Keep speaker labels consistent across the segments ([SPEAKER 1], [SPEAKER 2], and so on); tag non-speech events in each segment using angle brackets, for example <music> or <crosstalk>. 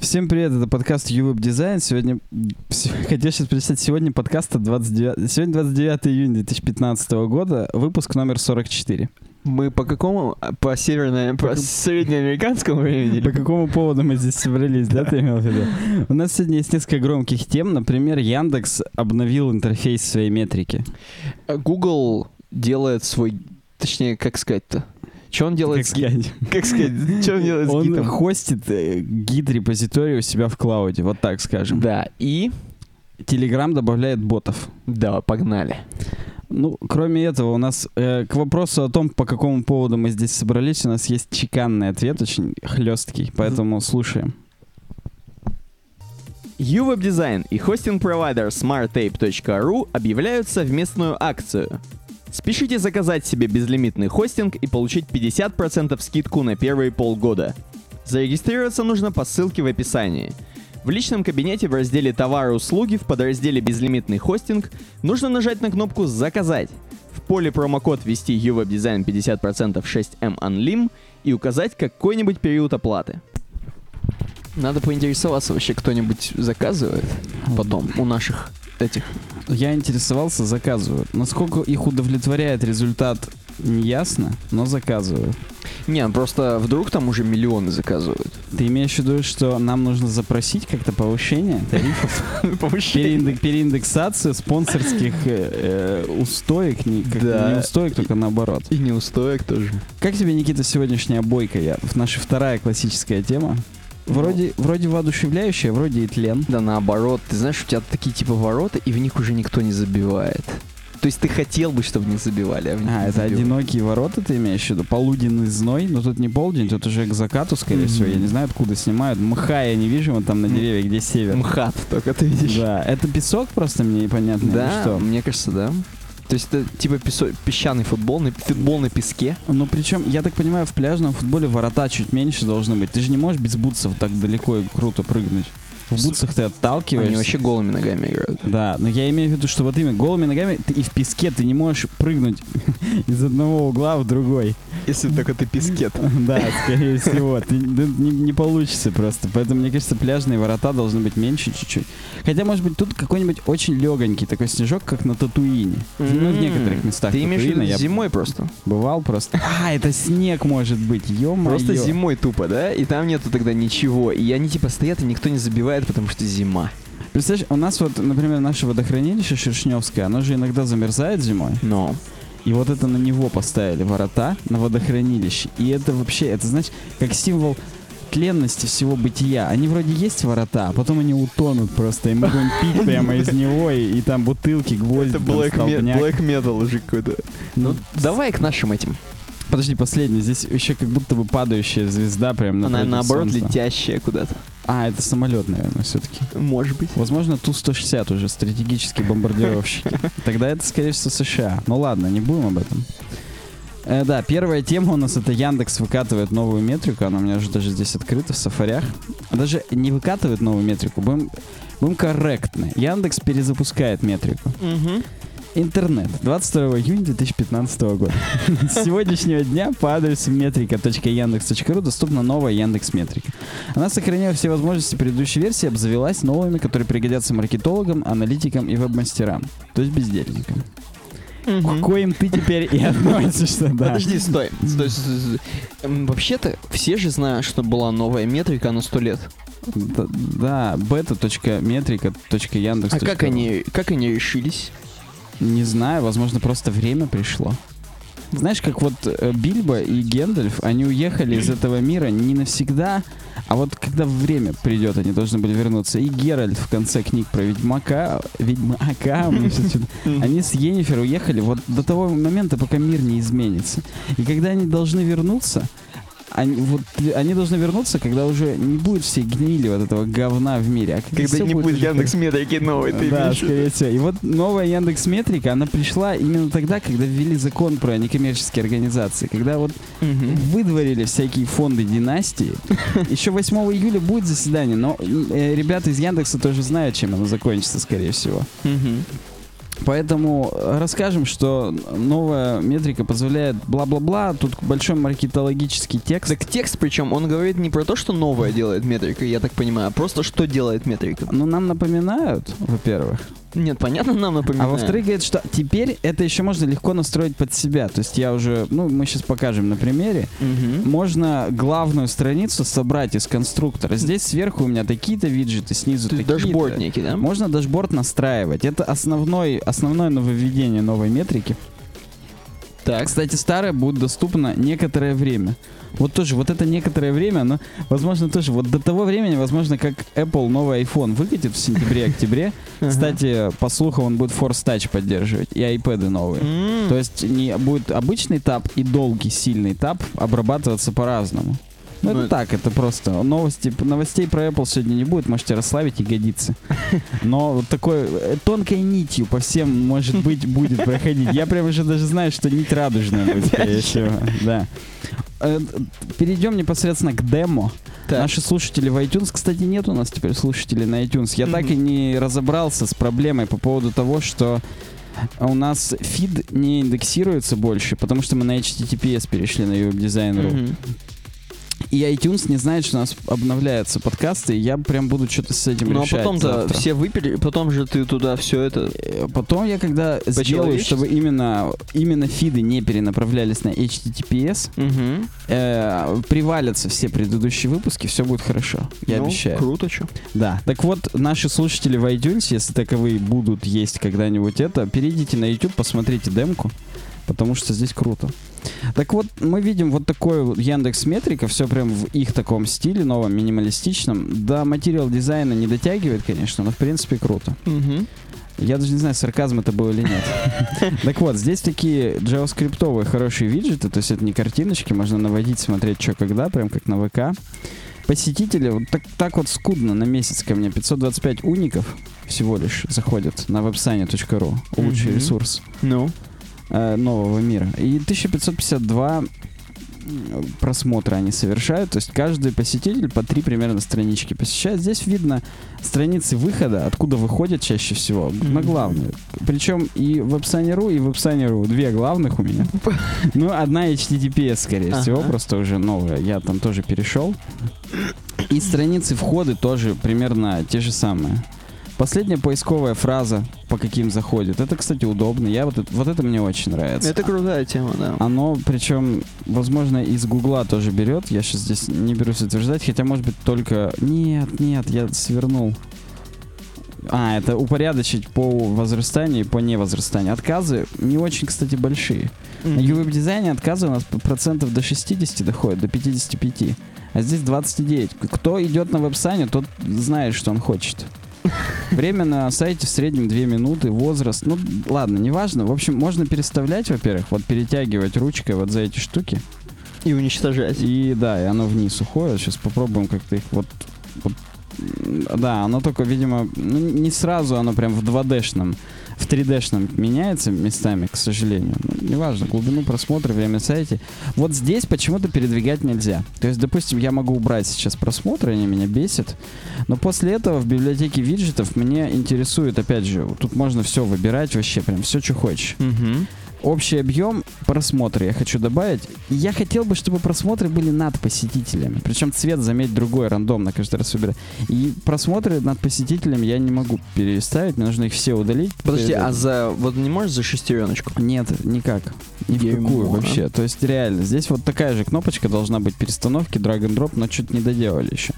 [SPEAKER 1] Всем привет, это подкаст YouWeb Design. Сегодня, се- <laughs> хотел сейчас представить, сегодня подкаста 29, сегодня 29 июня 2015 года, выпуск номер 44.
[SPEAKER 2] Мы по какому? А, По северно... По <laughs> среднеамериканскому времени?
[SPEAKER 1] По какому поводу мы здесь собрались, да, ты имел в
[SPEAKER 2] <laughs>
[SPEAKER 1] виду? У нас сегодня есть несколько громких тем. Например, Яндекс обновил интерфейс своей метрики.
[SPEAKER 2] А Google делает свой... Точнее, как сказать-то? Что он делает
[SPEAKER 1] Как
[SPEAKER 2] с гид-
[SPEAKER 1] сказать?
[SPEAKER 2] Как сказать? <laughs> Что он делает с
[SPEAKER 1] Он
[SPEAKER 2] гитом?
[SPEAKER 1] хостит э, гид-репозиторий у себя в клауде, вот так скажем.
[SPEAKER 2] Да, и...
[SPEAKER 1] Телеграм добавляет ботов.
[SPEAKER 2] Да, погнали.
[SPEAKER 1] Ну, кроме этого, у нас э, к вопросу о том, по какому поводу мы здесь собрались, у нас есть чеканный ответ, очень хлесткий, поэтому слушаем.
[SPEAKER 2] UWeb Design и хостинг-провайдер smartape.ru объявляют совместную акцию. Спешите заказать себе безлимитный хостинг и получить 50% скидку на первые полгода. Зарегистрироваться нужно по ссылке в описании. В личном кабинете в разделе «Товары и услуги» в подразделе «Безлимитный хостинг» нужно нажать на кнопку «Заказать». В поле промокод ввести UWeb Design 50% 6M Unlim и указать какой-нибудь период оплаты. Надо поинтересоваться, вообще кто-нибудь заказывает потом у наших этих.
[SPEAKER 1] Я интересовался, заказывают. Насколько их удовлетворяет результат, не ясно, но заказывают.
[SPEAKER 2] Не, ну просто вдруг там уже миллионы заказывают. <laughs>
[SPEAKER 1] Ты имеешь в виду, что нам нужно запросить как-то повышение тарифов, переиндек- переиндексацию спонсорских э, э, устоек, не, как-
[SPEAKER 2] Да.
[SPEAKER 1] не устоек, только наоборот.
[SPEAKER 2] И неустоек тоже.
[SPEAKER 1] Как тебе, Никита, сегодняшняя бойка? Я, наша вторая классическая тема. Вроде,
[SPEAKER 2] Ну.
[SPEAKER 1] вроде воодушевляющая, вроде и тлен.
[SPEAKER 2] Да наоборот, ты знаешь, у тебя такие типа ворота, и в них уже никто не забивает. То есть ты хотел бы, чтобы не забивали, а в них
[SPEAKER 1] А,
[SPEAKER 2] не
[SPEAKER 1] это
[SPEAKER 2] забивают.
[SPEAKER 1] одинокие ворота ты имеешь в виду? Полуденный зной, но тут не полдень, тут уже к закату, скорее
[SPEAKER 2] Мгм.
[SPEAKER 1] всего. Я не знаю, откуда снимают. Мха я не вижу, вон там на
[SPEAKER 2] М.
[SPEAKER 1] деревьях, где север.
[SPEAKER 2] МХАТ только ты видишь.
[SPEAKER 1] Да, это песок просто мне непонятно, или
[SPEAKER 2] Да,
[SPEAKER 1] что?
[SPEAKER 2] мне кажется, да. То есть это типа песо- песчаный футбол, на- футбол на песке.
[SPEAKER 1] Ну, причем, я так понимаю, в пляжном футболе ворота чуть меньше должны быть. Ты же не можешь без бутсов так далеко и круто прыгнуть. В
[SPEAKER 2] С-
[SPEAKER 1] бутсах ты отталкиваешься.
[SPEAKER 2] Они вообще голыми ногами играют.
[SPEAKER 1] Да, но я имею в виду, что вот именно голыми ногами ты и в песке ты не можешь прыгнуть <laughs> из одного угла в другой. <laughs>
[SPEAKER 2] Если только ты пескет.
[SPEAKER 1] Да, скорее всего. Ты- да, не, не получится просто. Поэтому, мне кажется, пляжные ворота должны быть меньше чуть-чуть. Хотя, может быть, тут какой-нибудь очень легонький такой снежок, как на Татуине. Ну, в
[SPEAKER 2] М,
[SPEAKER 1] некоторых местах
[SPEAKER 2] М-м. Ты имеешь в виду
[SPEAKER 1] Татуина я
[SPEAKER 2] зимой просто?
[SPEAKER 1] бывал просто. А, это снег может быть, ё-моё.
[SPEAKER 2] Просто зимой тупо, да? И там нету тогда ничего. И они типа стоят, и никто не забивает, потому что зима.
[SPEAKER 1] Представляешь, у нас вот, например, наше водохранилище Шершневское, оно же иногда замерзает зимой.
[SPEAKER 2] Но.
[SPEAKER 1] И вот это на него поставили ворота, на водохранилище. И это вообще, это значит, как символ тленности всего бытия. Они вроде есть ворота, а потом они утонут просто, и мы
[SPEAKER 2] <laughs>
[SPEAKER 1] будем пить прямо из него, и, и там бутылки, гвозди, там столбняк.
[SPEAKER 2] metal уже какой-то.
[SPEAKER 1] Ну,
[SPEAKER 2] Ну, давай к нашим этим.
[SPEAKER 1] подожди, последний, здесь еще как будто бы падающая звезда прям
[SPEAKER 2] Она
[SPEAKER 1] напротив
[SPEAKER 2] наоборот
[SPEAKER 1] солнца.
[SPEAKER 2] летящая куда-то.
[SPEAKER 1] А, это самолет, наверное, все-таки.
[SPEAKER 2] Может быть.
[SPEAKER 1] Возможно, Ту-160 уже, стратегические бомбардировщики. Тогда это, скорее всего, США. Ну ладно, не будем об этом. Э, да, первая тема у нас это Яндекс выкатывает новую метрику. Она у меня уже даже здесь открыта в сафарях. А Даже не выкатывает новую метрику. Будем, будем корректны. Яндекс перезапускает метрику. Интернет. 22 июня 2015 года. С сегодняшнего дня по адресу метрика.яндекс.ру доступна новая Яндекс Метрика. Она сохранила все возможности предыдущей версии и обзавелась новыми, которые пригодятся маркетологам, аналитикам и веб-мастерам. То есть бездельникам. К коим ты теперь и <laughs> относишься, да.
[SPEAKER 2] Подожди, стой. Стой, стой, стой, стой. Эм, Вообще-то, все же знают, что была новая метрика на сто лет.
[SPEAKER 1] Д- Да, beta.metrika.yandex.ru.
[SPEAKER 2] А как они, как они решились?
[SPEAKER 1] Не знаю, возможно, просто время пришло. Знаешь, как вот э, Бильбо и Гендальф, они уехали из этого мира не навсегда, а вот когда время придет, они должны были вернуться. И Геральт в конце книг про Ведьмака, Ведьмака, <laughs> у меня всё чё-то- они с Енифер уехали вот до того момента, пока мир не изменится. И когда они должны вернуться, они, вот, э, они должны вернуться, когда уже не будет всей гнили вот этого говна в мире. а всё уже хорошо.
[SPEAKER 2] метрики новой,
[SPEAKER 1] Да,
[SPEAKER 2] имеешь в виду?
[SPEAKER 1] скорее всего. И вот новая Яндекс Метрика, она пришла именно тогда, когда ввели закон про некоммерческие организации, когда вот
[SPEAKER 2] Мгм.
[SPEAKER 1] выдворили всякие фонды
[SPEAKER 2] <laughs>
[SPEAKER 1] династии. Еще 8 июля будет заседание, но э, ребята из Яндекса тоже знают, чем оно закончится, скорее всего.
[SPEAKER 2] Мгм.
[SPEAKER 1] Поэтому расскажем, что новая метрика позволяет бла-бла-бла, тут большой маркетологический текст.
[SPEAKER 2] Так текст, причем, он говорит не про то, что новое делает метрика, я так понимаю, а просто что делает метрика.
[SPEAKER 1] Но Ну, нам напоминают, во-первых.
[SPEAKER 2] Нет, понятно, нам напоминает.
[SPEAKER 1] А во-вторых, говорит, что теперь это еще можно легко настроить под себя. То есть я уже, ну, мы сейчас покажем на примере.
[SPEAKER 2] Мгм.
[SPEAKER 1] Можно главную страницу собрать из конструктора. Здесь сверху у меня такие-то виджеты, снизу
[SPEAKER 2] То есть
[SPEAKER 1] такие-то.
[SPEAKER 2] дашборд некий, да?
[SPEAKER 1] Можно дашборд настраивать. Это основной, основное нововведение новой метрики.
[SPEAKER 2] Так.
[SPEAKER 1] Кстати, старая будет доступна некоторое время. Вот тоже, вот это некоторое время, оно, возможно, тоже, вот до того времени, возможно, как Apple новый iPhone выкатит в сентябре-октябре.
[SPEAKER 2] Ага.
[SPEAKER 1] Кстати, по слухам, он будет Force Touch поддерживать и iPad новые.
[SPEAKER 2] М.
[SPEAKER 1] То есть не будет обычный тап и долгий сильный тап обрабатываться по-разному. Ну,
[SPEAKER 2] Ну,
[SPEAKER 1] это
[SPEAKER 2] это-
[SPEAKER 1] так, это просто новости, новостей про Apple сегодня не будет, можете расслабить и годится. Но вот такой э, тонкой нитью по всем, может быть, будет проходить. Я прям уже даже знаю, что нить радужная будет, скорее всего. Да. Э, Перейдем непосредственно к демо.
[SPEAKER 2] Так.
[SPEAKER 1] Наши слушатели в iTunes, кстати, нет у нас теперь слушателей на iTunes. Я так
[SPEAKER 2] Мгм.
[SPEAKER 1] и не разобрался с проблемой по поводу того, что А у нас фид не индексируется больше, потому что мы на HTTPS перешли на веб-дизайн.ру.
[SPEAKER 2] Мгм.
[SPEAKER 1] И iTunes не знает, что у нас обновляются подкасты, и я прям буду что-то с этим
[SPEAKER 2] Ну а
[SPEAKER 1] решать
[SPEAKER 2] потом-то
[SPEAKER 1] завтра.
[SPEAKER 2] все выпили, потом же ты туда все это.
[SPEAKER 1] Э, Потом я когда сделаю,
[SPEAKER 2] человечески?
[SPEAKER 1] чтобы именно, именно фиды не перенаправлялись на HTTPS,
[SPEAKER 2] Мгм.
[SPEAKER 1] э, привалятся все предыдущие выпуски, все будет хорошо, я
[SPEAKER 2] Ну,
[SPEAKER 1] обещаю.
[SPEAKER 2] Круто, что.
[SPEAKER 1] Да, так вот, наши слушатели в iTunes, если таковые будут есть когда-нибудь это, перейдите на YouTube, посмотрите демку, потому что здесь круто. Так вот, мы видим вот такой вот Яндекс Метрика, все прям в их таком стиле, новом, минималистичном. До материал дизайна не дотягивает, конечно, но в принципе круто. Я даже не знаю, сарказм это был или нет. Так вот, здесь такие JavaScript хорошие виджеты, то есть это не картиночки, можно наводить, смотреть, что когда, прям как на ВК. Посетители вот так, так вот скудно на месяц ко мне 525 уников всего лишь заходят на вебсайне.ру, лучший
[SPEAKER 2] Мгм.
[SPEAKER 1] ресурс
[SPEAKER 2] Ну.
[SPEAKER 1] э, нового мира. И 1552 м, просмотра они совершают, то есть каждый посетитель по три примерно странички посещает. Здесь видно страницы выхода, откуда выходят чаще всего, на
[SPEAKER 2] Мгм.
[SPEAKER 1] главную. Причем и веб-сайнеру, и веб-сайнеру две главных у
[SPEAKER 2] <laughs>
[SPEAKER 1] меня. Ну, одна HTTPS, скорее
[SPEAKER 2] Ага.
[SPEAKER 1] всего, просто уже новая. Я там тоже перешел. И страницы входы тоже примерно те же самые. Последняя поисковая фраза, по каким заходит. Это, кстати, удобно. Я вот, это- вот это мне очень нравится.
[SPEAKER 2] Это крутая тема, да.
[SPEAKER 1] Оно, причем, возможно, из Гугла тоже берет. Я сейчас здесь не берусь утверждать, хотя, может быть, только... Нет, нет, я свернул. А, это упорядочить по возрастанию и по невозрастанию. Отказы не очень, кстати, большие. На
[SPEAKER 2] Мгм.
[SPEAKER 1] ювеб-дизайне отказы у нас по- процентов до 60 доходят, до 55. А здесь 29. К- Кто идет на веб-сайне, тот знает, что он хочет. Время на сайте в среднем 2 минуты, возраст. Ну, ладно, неважно. В общем, можно переставлять, во-первых, вот перетягивать ручкой вот за эти штуки.
[SPEAKER 2] И уничтожать.
[SPEAKER 1] И да, и оно вниз уходит. Сейчас попробуем как-то их вот... вот, м, Да, оно только, видимо, ну, не сразу оно прям в 2D-шном, в 3D-шном меняется местами, к сожалению. Ну, неважно, глубину просмотра, время сайте. Вот здесь почему-то передвигать нельзя. То есть, допустим, я могу убрать сейчас просмотры, они меня бесят. Но после этого в библиотеке виджетов мне интересует, опять же, вот тут можно все выбирать вообще, прям все, что хочешь.
[SPEAKER 2] Мгм.
[SPEAKER 1] Общий объем просмотра я хочу добавить. Я хотел бы, чтобы просмотры были над посетителями. Причем цвет, заметь, другой, рандомно каждый раз выбираю. И просмотры над посетителями я не могу переставить, мне нужно их все удалить.
[SPEAKER 2] Подожди,
[SPEAKER 1] Перед-
[SPEAKER 2] а за. Вот не можешь за шестереночку?
[SPEAKER 1] Нет, никак. Ни в
[SPEAKER 2] Дерьмо,
[SPEAKER 1] какую
[SPEAKER 2] а?
[SPEAKER 1] вообще. То есть реально, здесь вот такая же кнопочка должна быть перестановки, drag and drop, но чуть не доделали еще.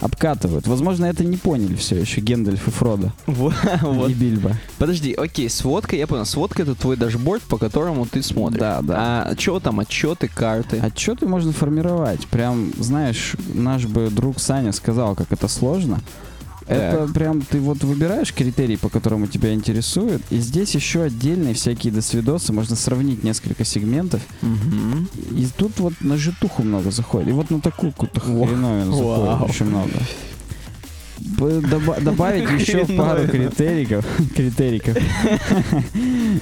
[SPEAKER 1] Обкатывают. Возможно, это не поняли все еще Гендальф и Фродо.
[SPEAKER 2] <laughs> Вот.
[SPEAKER 1] И Бильбо.
[SPEAKER 2] Подожди, окей, сводка, я понял. Сводка это твой дашборд, по которому ты смотришь.
[SPEAKER 1] Да, да.
[SPEAKER 2] А чё там, отчеты, карты?
[SPEAKER 1] Отчеты можно формировать. Прям, знаешь, наш бы друг Саня сказал, как это сложно. Это прям ты вот выбираешь критерий, по которому тебя интересует, и здесь еще отдельные всякие досвидосы, можно сравнить несколько сегментов,
[SPEAKER 2] Мгм.
[SPEAKER 1] и тут вот на житуху много заходит, и вот на такую какую-то
[SPEAKER 2] Ва-
[SPEAKER 1] хреновину
[SPEAKER 2] вау.
[SPEAKER 1] заходит очень много. Б-
[SPEAKER 2] <laughs>
[SPEAKER 1] доба- добавить еще пару
[SPEAKER 2] Хреновину.
[SPEAKER 1] критериков, <laughs>
[SPEAKER 2] <laughs>
[SPEAKER 1] критериков.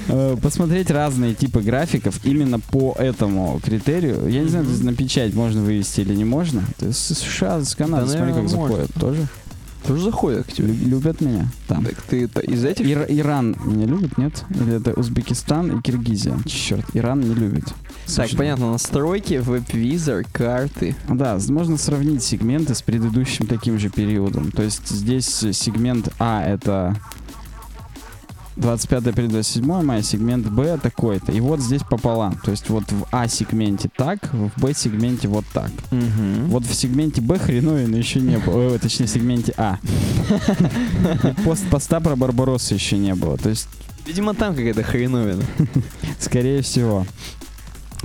[SPEAKER 1] Э, посмотреть разные типы графиков именно по этому критерию. Я не знаю,
[SPEAKER 2] Мгм.
[SPEAKER 1] на печать можно вывести или не можно. Ты с США, с Канады,
[SPEAKER 2] Да,
[SPEAKER 1] смотри,
[SPEAKER 2] наверное,
[SPEAKER 1] как
[SPEAKER 2] можно.
[SPEAKER 1] заходят тоже.
[SPEAKER 3] Тоже заходят к тебе.
[SPEAKER 1] Лю- любят меня там.
[SPEAKER 3] Так ты та- из этих?
[SPEAKER 1] Ир- Иран меня любит, нет? Или это Узбекистан и Киргизия? Черт, Иран не любит.
[SPEAKER 3] Так,
[SPEAKER 1] Слушай,
[SPEAKER 3] понятно, настройки, веб-визор, карты.
[SPEAKER 1] Да, с- можно сравнить сегменты с предыдущим таким же периодом. То есть здесь сегмент А это 25 перед 27 мая, сегмент Б такой-то. И вот здесь пополам. То есть вот в А сегменте так, в Б сегменте вот так.
[SPEAKER 3] Угу.
[SPEAKER 1] Вот в сегменте Б хреновина еще не было. Ой, точнее, в сегменте А. И пост поста про Барбаросу еще не было. То есть,
[SPEAKER 3] Видимо, там какая-то хреновина.
[SPEAKER 1] скорее всего.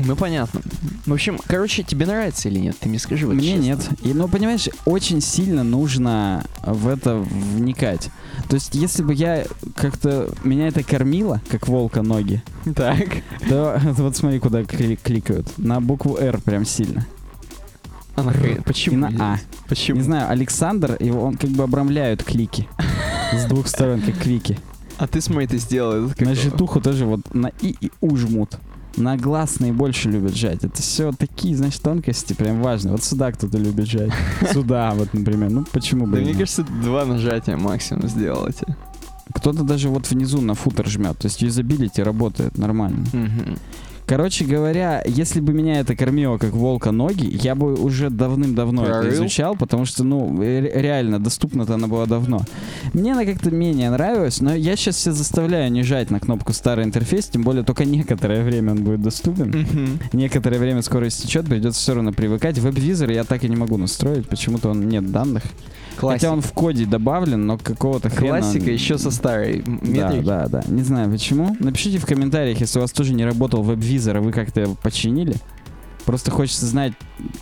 [SPEAKER 3] Ну, понятно. В общем, короче, тебе нравится или нет? Ты мне скажи вот
[SPEAKER 1] Мне
[SPEAKER 3] честно.
[SPEAKER 1] нет. И, ну, понимаешь, очень сильно нужно в это вникать. То есть, если бы я как-то... Меня это кормило, как волка ноги, <laughs>
[SPEAKER 3] Так.
[SPEAKER 1] то <laughs> вот смотри, куда кли- кликают. На букву «Р» прям сильно.
[SPEAKER 3] А нахрен?
[SPEAKER 1] И
[SPEAKER 3] Почему?
[SPEAKER 1] на «А».
[SPEAKER 3] Почему?
[SPEAKER 1] Не знаю, Александр, его, он как бы обрамляют клики. <laughs> С двух сторон, как квики.
[SPEAKER 3] А ты смотри, ты сделал этот как
[SPEAKER 1] На
[SPEAKER 3] его?
[SPEAKER 1] житуху тоже вот на «и» и «у» жмут. На гласные больше любят жать. Это все такие, значит, тонкости прям важные. Вот сюда кто-то любит жать. Сюда вот, например. Ну, почему бы
[SPEAKER 3] Да
[SPEAKER 1] и
[SPEAKER 3] мне
[SPEAKER 1] нет?
[SPEAKER 3] кажется, два нажатия максимум сделайте.
[SPEAKER 1] Кто-то даже вот внизу на футер жмет. То есть юзабилити работает нормально. Короче говоря, если бы меня это кормило как волка ноги, я бы уже давным-давно это
[SPEAKER 3] Прорыл?
[SPEAKER 1] изучал, потому что, ну, ре- реально, доступна-то она была давно. Мне она как-то менее нравилась, но я сейчас все заставляю не жать на кнопку старый интерфейс, тем более только <laughs> некоторое время он будет доступен. Некоторое время скоро истечет, придется все равно привыкать. Веб-визор я так и не могу настроить, почему-то он нет данных. Хотя
[SPEAKER 3] Классика.
[SPEAKER 1] он в коде добавлен, но какого-то хрена... он-
[SPEAKER 3] Классика еще со старой м- метрики.
[SPEAKER 1] да, да, да. Не знаю почему. Напишите в комментариях, если у вас тоже не работал веб-визор, а вы как-то его починили. Просто хочется знать,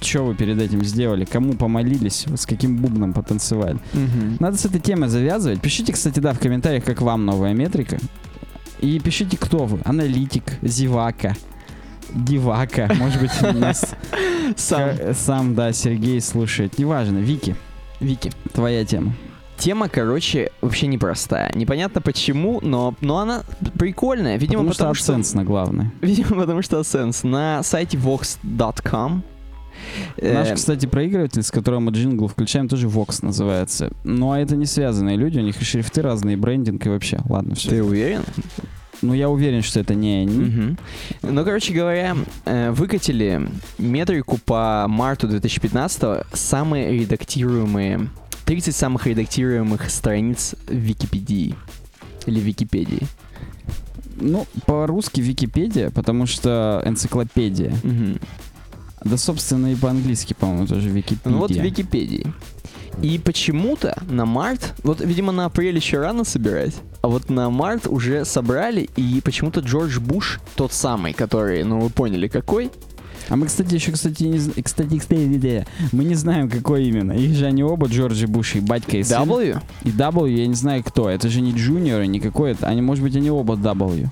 [SPEAKER 1] что вы перед этим сделали, кому помолились, с каким бубном потанцевали.
[SPEAKER 3] Мгм.
[SPEAKER 1] Надо с этой темой завязывать. Пишите, кстати, да, в комментариях, как вам новая метрика. И пишите, кто вы. Аналитик, зевака, девака. Может быть, нас
[SPEAKER 3] <laughs> Сам.
[SPEAKER 1] э, сам, да, Сергей слушает. Неважно, Вики,
[SPEAKER 3] Вики.
[SPEAKER 1] твоя тема.
[SPEAKER 3] Тема, короче, вообще непростая. Непонятно почему, но, но она прикольная. Видимо,
[SPEAKER 1] Потому
[SPEAKER 3] потому,
[SPEAKER 1] что
[SPEAKER 3] что,
[SPEAKER 1] AdSense на главное.
[SPEAKER 3] <laughs> Видимо, потому что Ascens. На сайте vox.com э,
[SPEAKER 1] Наш, кстати, проигрыватель, с которым мы джингл включаем, тоже Vox называется. Ну, а это не связанные люди, у них и шрифты разные, и брендинг, и вообще. Ладно, все.
[SPEAKER 3] Ты уверен?
[SPEAKER 1] Ну, я уверен, что это не они.
[SPEAKER 3] Мгм. Ну, короче говоря, э, выкатили метрику по марту 2015 самые редактируемые, 30 самых редактируемых страниц в Википедии. Или Википедии.
[SPEAKER 1] Ну, по-русски Википедия, потому что энциклопедия.
[SPEAKER 3] Мгм.
[SPEAKER 1] Да, собственно, и по-английски, по-моему, тоже Википедия.
[SPEAKER 3] Ну вот в Википедии. И почему-то на март, вот, видимо, на апрель еще рано собирать, а вот на март уже собрали, и почему-то Джордж Буш, тот самый, который, ну вы поняли, какой,
[SPEAKER 1] А мы, кстати, еще, кстати, не... зн- кстати, кстати, идея. мы не знаем, какой именно. Их же они оба, Джорджи Буш и батька и сын.
[SPEAKER 3] W.
[SPEAKER 1] И W, я не знаю кто. Это же не джуниоры, не какой-то. Они, может быть, они оба W.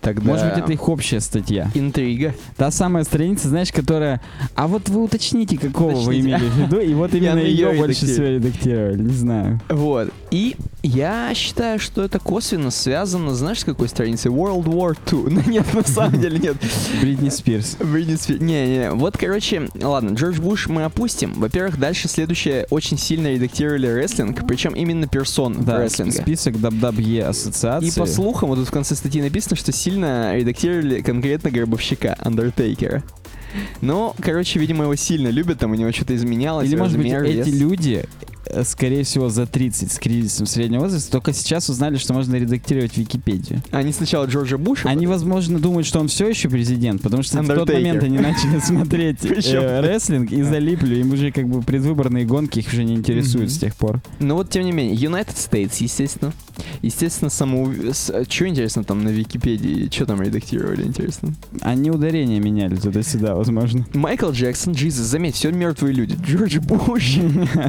[SPEAKER 3] Тогда...
[SPEAKER 1] Может быть, это их общая статья.
[SPEAKER 3] интрига.
[SPEAKER 1] Та самая страница, знаешь, которая... А вот вы уточните, какого вы
[SPEAKER 3] Уточните.
[SPEAKER 1] имели в виду, и
[SPEAKER 3] <laughs>
[SPEAKER 1] вот именно
[SPEAKER 3] на
[SPEAKER 1] ее,
[SPEAKER 3] её
[SPEAKER 1] больше всего редактировали, не знаю.
[SPEAKER 3] Вот. И я считаю, что это косвенно связано, знаешь, с какой страницей? World War II. <laughs> Ну нет, на самом деле нет.
[SPEAKER 1] Бритни Спирс.
[SPEAKER 3] Бритни Спи- Не-не-не. Вот, короче, ладно, Джордж Буш мы опустим. Во-первых, дальше следующее очень сильно редактировали рестлинг, причем именно персон
[SPEAKER 1] Да,
[SPEAKER 3] рестлинга.
[SPEAKER 1] список WWE ассоциации.
[SPEAKER 3] И по слухам, вот тут в конце статьи написано, что сильно редактировали конкретно гробовщика, Undertaker. Но, короче, видимо, его сильно любят, там у него что-то изменялось.
[SPEAKER 1] Или, может быть,
[SPEAKER 3] размер,
[SPEAKER 1] эти
[SPEAKER 3] вес.
[SPEAKER 1] люди, э, скорее всего, за 30 с кризисом среднего возраста, только сейчас узнали, что можно редактировать Википедию.
[SPEAKER 3] Они сначала Джорджа Буша...
[SPEAKER 1] Они, возможно, думают, что он все еще президент, потому что в тот
[SPEAKER 3] Undertaker.
[SPEAKER 1] момент они
[SPEAKER 3] <laughs>
[SPEAKER 1] начали смотреть э,
[SPEAKER 3] Причём-
[SPEAKER 1] рестлинг и залипли. Им уже как бы предвыборные гонки их уже не интересуют
[SPEAKER 3] Мгм.
[SPEAKER 1] с тех пор.
[SPEAKER 3] Но Ну, вот, тем не менее, United States, естественно. Естественно, саму... Что интересно там на Википедии? Что там редактировали, интересно?
[SPEAKER 1] Они ударение меняли туда-сюда, возможно.
[SPEAKER 3] Майкл Джексон, Джизус, заметь, все мертвые люди.
[SPEAKER 1] <laughs>
[SPEAKER 3] Джордж Буш,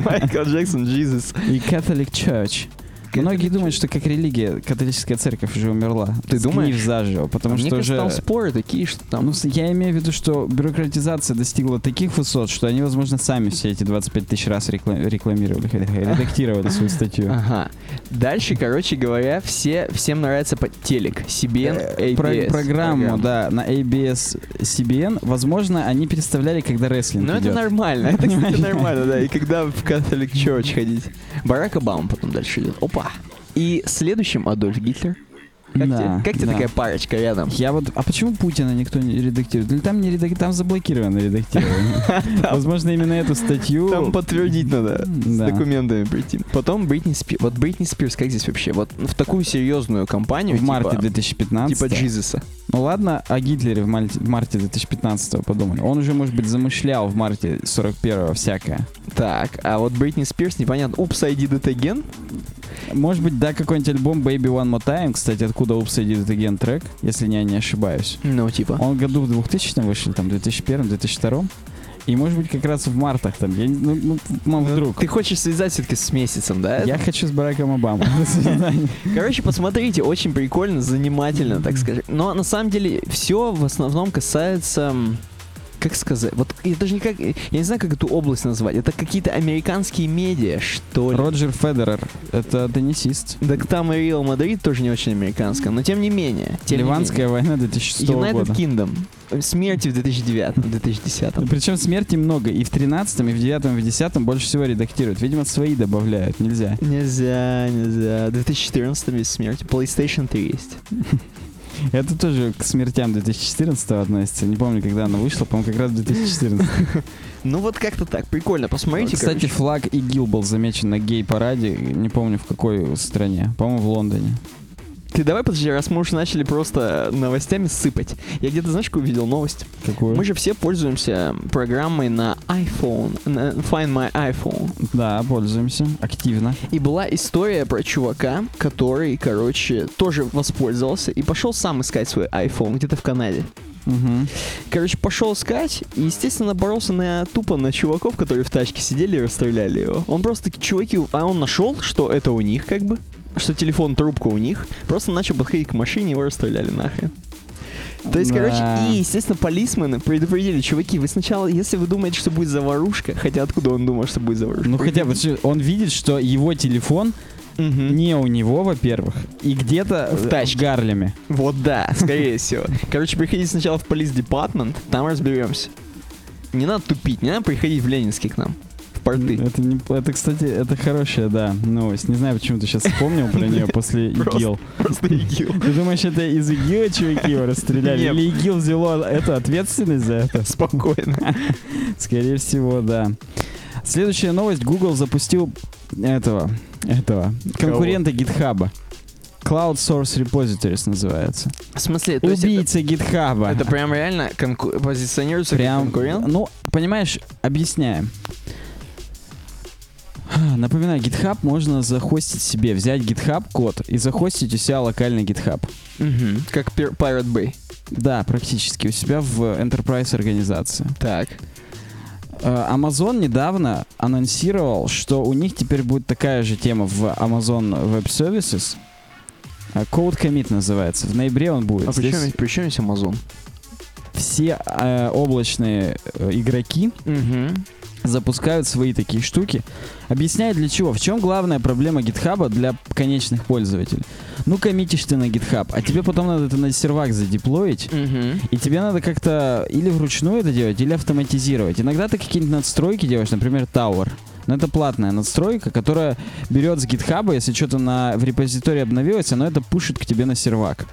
[SPEAKER 3] Майкл Джексон, Джизус.
[SPEAKER 1] И Catholic Church. Многие думают, что как религия, католическая церковь уже умерла.
[SPEAKER 3] Ты думаешь? А
[SPEAKER 1] Сгнив заживо, потому
[SPEAKER 3] Мне
[SPEAKER 1] что
[SPEAKER 3] кажется,
[SPEAKER 1] уже...
[SPEAKER 3] там споры такие, что там...
[SPEAKER 1] Ну, с- я имею в виду, что бюрократизация достигла таких высот, что они, Э.
[SPEAKER 3] А,
[SPEAKER 1] возможно, сами все эти 25 тысяч раз рекла- рекламировали, редактировали свою статью.
[SPEAKER 3] Ага. Дальше, короче говоря, все, всем нравится по- телек. CBN, ABS.
[SPEAKER 1] Э, Про- программу,
[SPEAKER 3] программа.
[SPEAKER 1] да, на ABS CBN. Возможно, они переставляли, когда рестлинг
[SPEAKER 3] Ну это
[SPEAKER 1] идет.
[SPEAKER 3] нормально,
[SPEAKER 1] <laughs>
[SPEAKER 3] это, кстати, нормально, да. И когда в Catholic Church ходить. Барак Обама потом дальше идет. Опа. И следующим Адольф Гитлер. Как
[SPEAKER 1] Да,
[SPEAKER 3] тебе, как тебе
[SPEAKER 1] да.
[SPEAKER 3] такая парочка рядом?
[SPEAKER 1] Я вот, а почему Путина никто не редактирует? Или там не редак- там заблокировано
[SPEAKER 3] <laughs>
[SPEAKER 1] редактирование. Возможно, именно эту статью.
[SPEAKER 3] Там подтвердить надо. С
[SPEAKER 1] Да.
[SPEAKER 3] документами прийти. Потом Бритни Спирс. Вот Бритни Спирс, как здесь вообще? Вот в такую серьезную компанию.
[SPEAKER 1] в марте
[SPEAKER 3] типа,
[SPEAKER 1] 2015.
[SPEAKER 3] типа Джизуса.
[SPEAKER 1] Ну ладно, о Гитлере в, мальте- в марте 2015 подумали. Он уже, может быть, замышлял в марте 41-го всякое.
[SPEAKER 3] Так, а вот Бритни Спирс, непонятно. Упс, ID Детеген.
[SPEAKER 1] Может быть, да, какой-нибудь альбом Baby One More Time, кстати, откуда Oops, I Did It Again трек, если я не ошибаюсь.
[SPEAKER 3] Ну, типа.
[SPEAKER 1] Он в году в 2000 вышел, там, 2001 2002 и, может быть, как раз в мартах там, я не- ну, ну, мам, вдруг.
[SPEAKER 3] Ты хочешь связать все-таки с месяцем, да?
[SPEAKER 1] Я хочу с Бараком
[SPEAKER 3] <laughs>
[SPEAKER 1] Обамой. До свидания.
[SPEAKER 3] Короче, посмотрите, очень прикольно, занимательно, так скажем. Но на самом деле все в основном касается м, как сказать, вот я даже никак, я не знаю, как эту область назвать. Это какие-то американские медиа, что ли.
[SPEAKER 1] Роджер Федерер, это теннисист.
[SPEAKER 3] Так там и Реал Мадрид тоже не очень американская, но тем не менее. Тем не
[SPEAKER 1] Ливанская война
[SPEAKER 3] менее.
[SPEAKER 1] 2006
[SPEAKER 3] United
[SPEAKER 1] года.
[SPEAKER 3] Kingdom. Смерти в 2009, в 2010.
[SPEAKER 1] Причем смерти много. И в 13 и в 9 и в 10 больше всего редактируют. Видимо, свои добавляют. Нельзя.
[SPEAKER 3] Нельзя, нельзя. В 2014 есть смерть. PlayStation 3 есть.
[SPEAKER 1] Это тоже к смертям 2014 относится. Не помню, когда она вышла. По-моему, как раз в 2014.
[SPEAKER 3] Ну вот как-то так, прикольно. Посмотрите,
[SPEAKER 1] Кстати,
[SPEAKER 3] короче.
[SPEAKER 1] флаг ИГИЛ был замечен на гей-параде. Не помню, в какой стране. По-моему, в Лондоне.
[SPEAKER 3] Ты давай, подожди, раз мы уже начали просто новостями сыпать. Я где-то, знаешь, какую увидел новость?
[SPEAKER 1] Какую?
[SPEAKER 3] Мы же все пользуемся программой на iPhone, на Find My iPhone.
[SPEAKER 1] Да, пользуемся. Активно.
[SPEAKER 3] И была история про чувака, который, короче, тоже воспользовался и пошел сам искать свой iPhone где-то в Канаде.
[SPEAKER 1] Мгм.
[SPEAKER 3] Короче, пошел искать и, естественно, боролся на тупо на чуваков, которые в тачке сидели и расстреляли его. Он просто такие, чуваки, а он нашел, что это у них, как бы, что телефон трубка у них, просто начал подходить к машине, его расстреляли нахрен. То есть,
[SPEAKER 1] Да.
[SPEAKER 3] короче, и, естественно, полисмены предупредили, чуваки, вы сначала, если вы думаете, что будет заварушка, хотя откуда он думал, что будет заварушка?
[SPEAKER 1] Ну хотя бы слушай, он видит, что его телефон
[SPEAKER 3] Мгм.
[SPEAKER 1] не у него, во-первых, и где-то
[SPEAKER 3] Э, В тачке.
[SPEAKER 1] в Гарлеме.
[SPEAKER 3] Вот да, скорее всего. Короче, приходите сначала в полис департмент, там разберемся. Не надо тупить, не надо приходить в Ленинский к нам, в порты.
[SPEAKER 1] Это, не- это, кстати, это хорошая, да, новость. Не знаю, почему ты сейчас вспомнил про нее после
[SPEAKER 3] Просто.
[SPEAKER 1] ИГИЛ.
[SPEAKER 3] Просто ИГИЛ.
[SPEAKER 1] Ты думаешь, это из ИГИЛа чуваки его расстреляли?
[SPEAKER 3] Нет.
[SPEAKER 1] Или ИГИЛ взяло эту ответственность за это?
[SPEAKER 3] Спокойно.
[SPEAKER 1] <laughs> Скорее всего, да. Следующая новость. Google запустил этого, этого, конкурента GitHub. Cloud Source Repositories называется.
[SPEAKER 3] В смысле, то есть это,
[SPEAKER 1] Убийца GitHub.
[SPEAKER 3] это прям реально конку- позиционируется
[SPEAKER 1] Прям,
[SPEAKER 3] как конкурент?
[SPEAKER 1] ну, понимаешь, объясняем. Напоминаю, GitHub можно захостить себе, взять GitHub код и захостить у себя локальный GitHub.
[SPEAKER 3] Мгм. Как пир- Pirate Bay.
[SPEAKER 1] Да, практически у себя в enterprise организации.
[SPEAKER 3] Так.
[SPEAKER 1] Э, Amazon недавно анонсировал, что у них теперь будет такая же тема в Amazon Web Services. Э, Code Commit называется. В ноябре он будет.
[SPEAKER 3] А при
[SPEAKER 1] Здесь
[SPEAKER 3] чем, при чем здесь Amazon?
[SPEAKER 1] все э, облачные э, игроки
[SPEAKER 3] Мгм.
[SPEAKER 1] запускают свои такие штуки. Объясняю для чего. В чем главная проблема гитхаба для конечных пользователей? Ну, коммитишь ты на гитхаб, а тебе потом надо это на сервак задеплоить,
[SPEAKER 3] Мгм.
[SPEAKER 1] и тебе надо как-то или вручную это делать, или автоматизировать. Иногда ты какие-нибудь надстройки делаешь, например, Tower. Но это платная надстройка, которая берет с гитхаба, если что-то на, в репозитории обновилось, оно это пушит к тебе на сервак.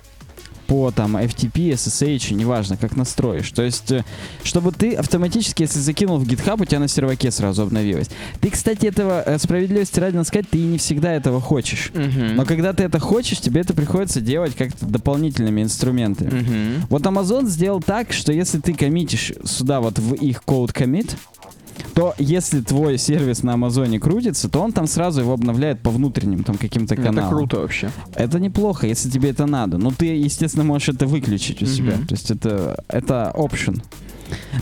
[SPEAKER 1] По там FTP, SSH, неважно, как настроишь. То есть, э, чтобы ты автоматически, если закинул в GitHub, у тебя на серваке сразу обновилось. Ты, кстати, этого э, справедливости ради надо сказать, ты и не всегда этого хочешь.
[SPEAKER 3] Мгм.
[SPEAKER 1] Но когда ты это хочешь, тебе это приходится делать как-то дополнительными инструментами.
[SPEAKER 3] Мгм.
[SPEAKER 1] Вот Amazon сделал так, что если ты коммитишь сюда вот в их code commit, то если твой сервис на Амазоне крутится, то он там сразу его обновляет по внутренним там каким-то каналам.
[SPEAKER 3] Это круто вообще.
[SPEAKER 1] Это неплохо, если тебе это надо. Но ты, естественно, можешь это выключить у
[SPEAKER 3] Мгм.
[SPEAKER 1] себя. То есть это, это option.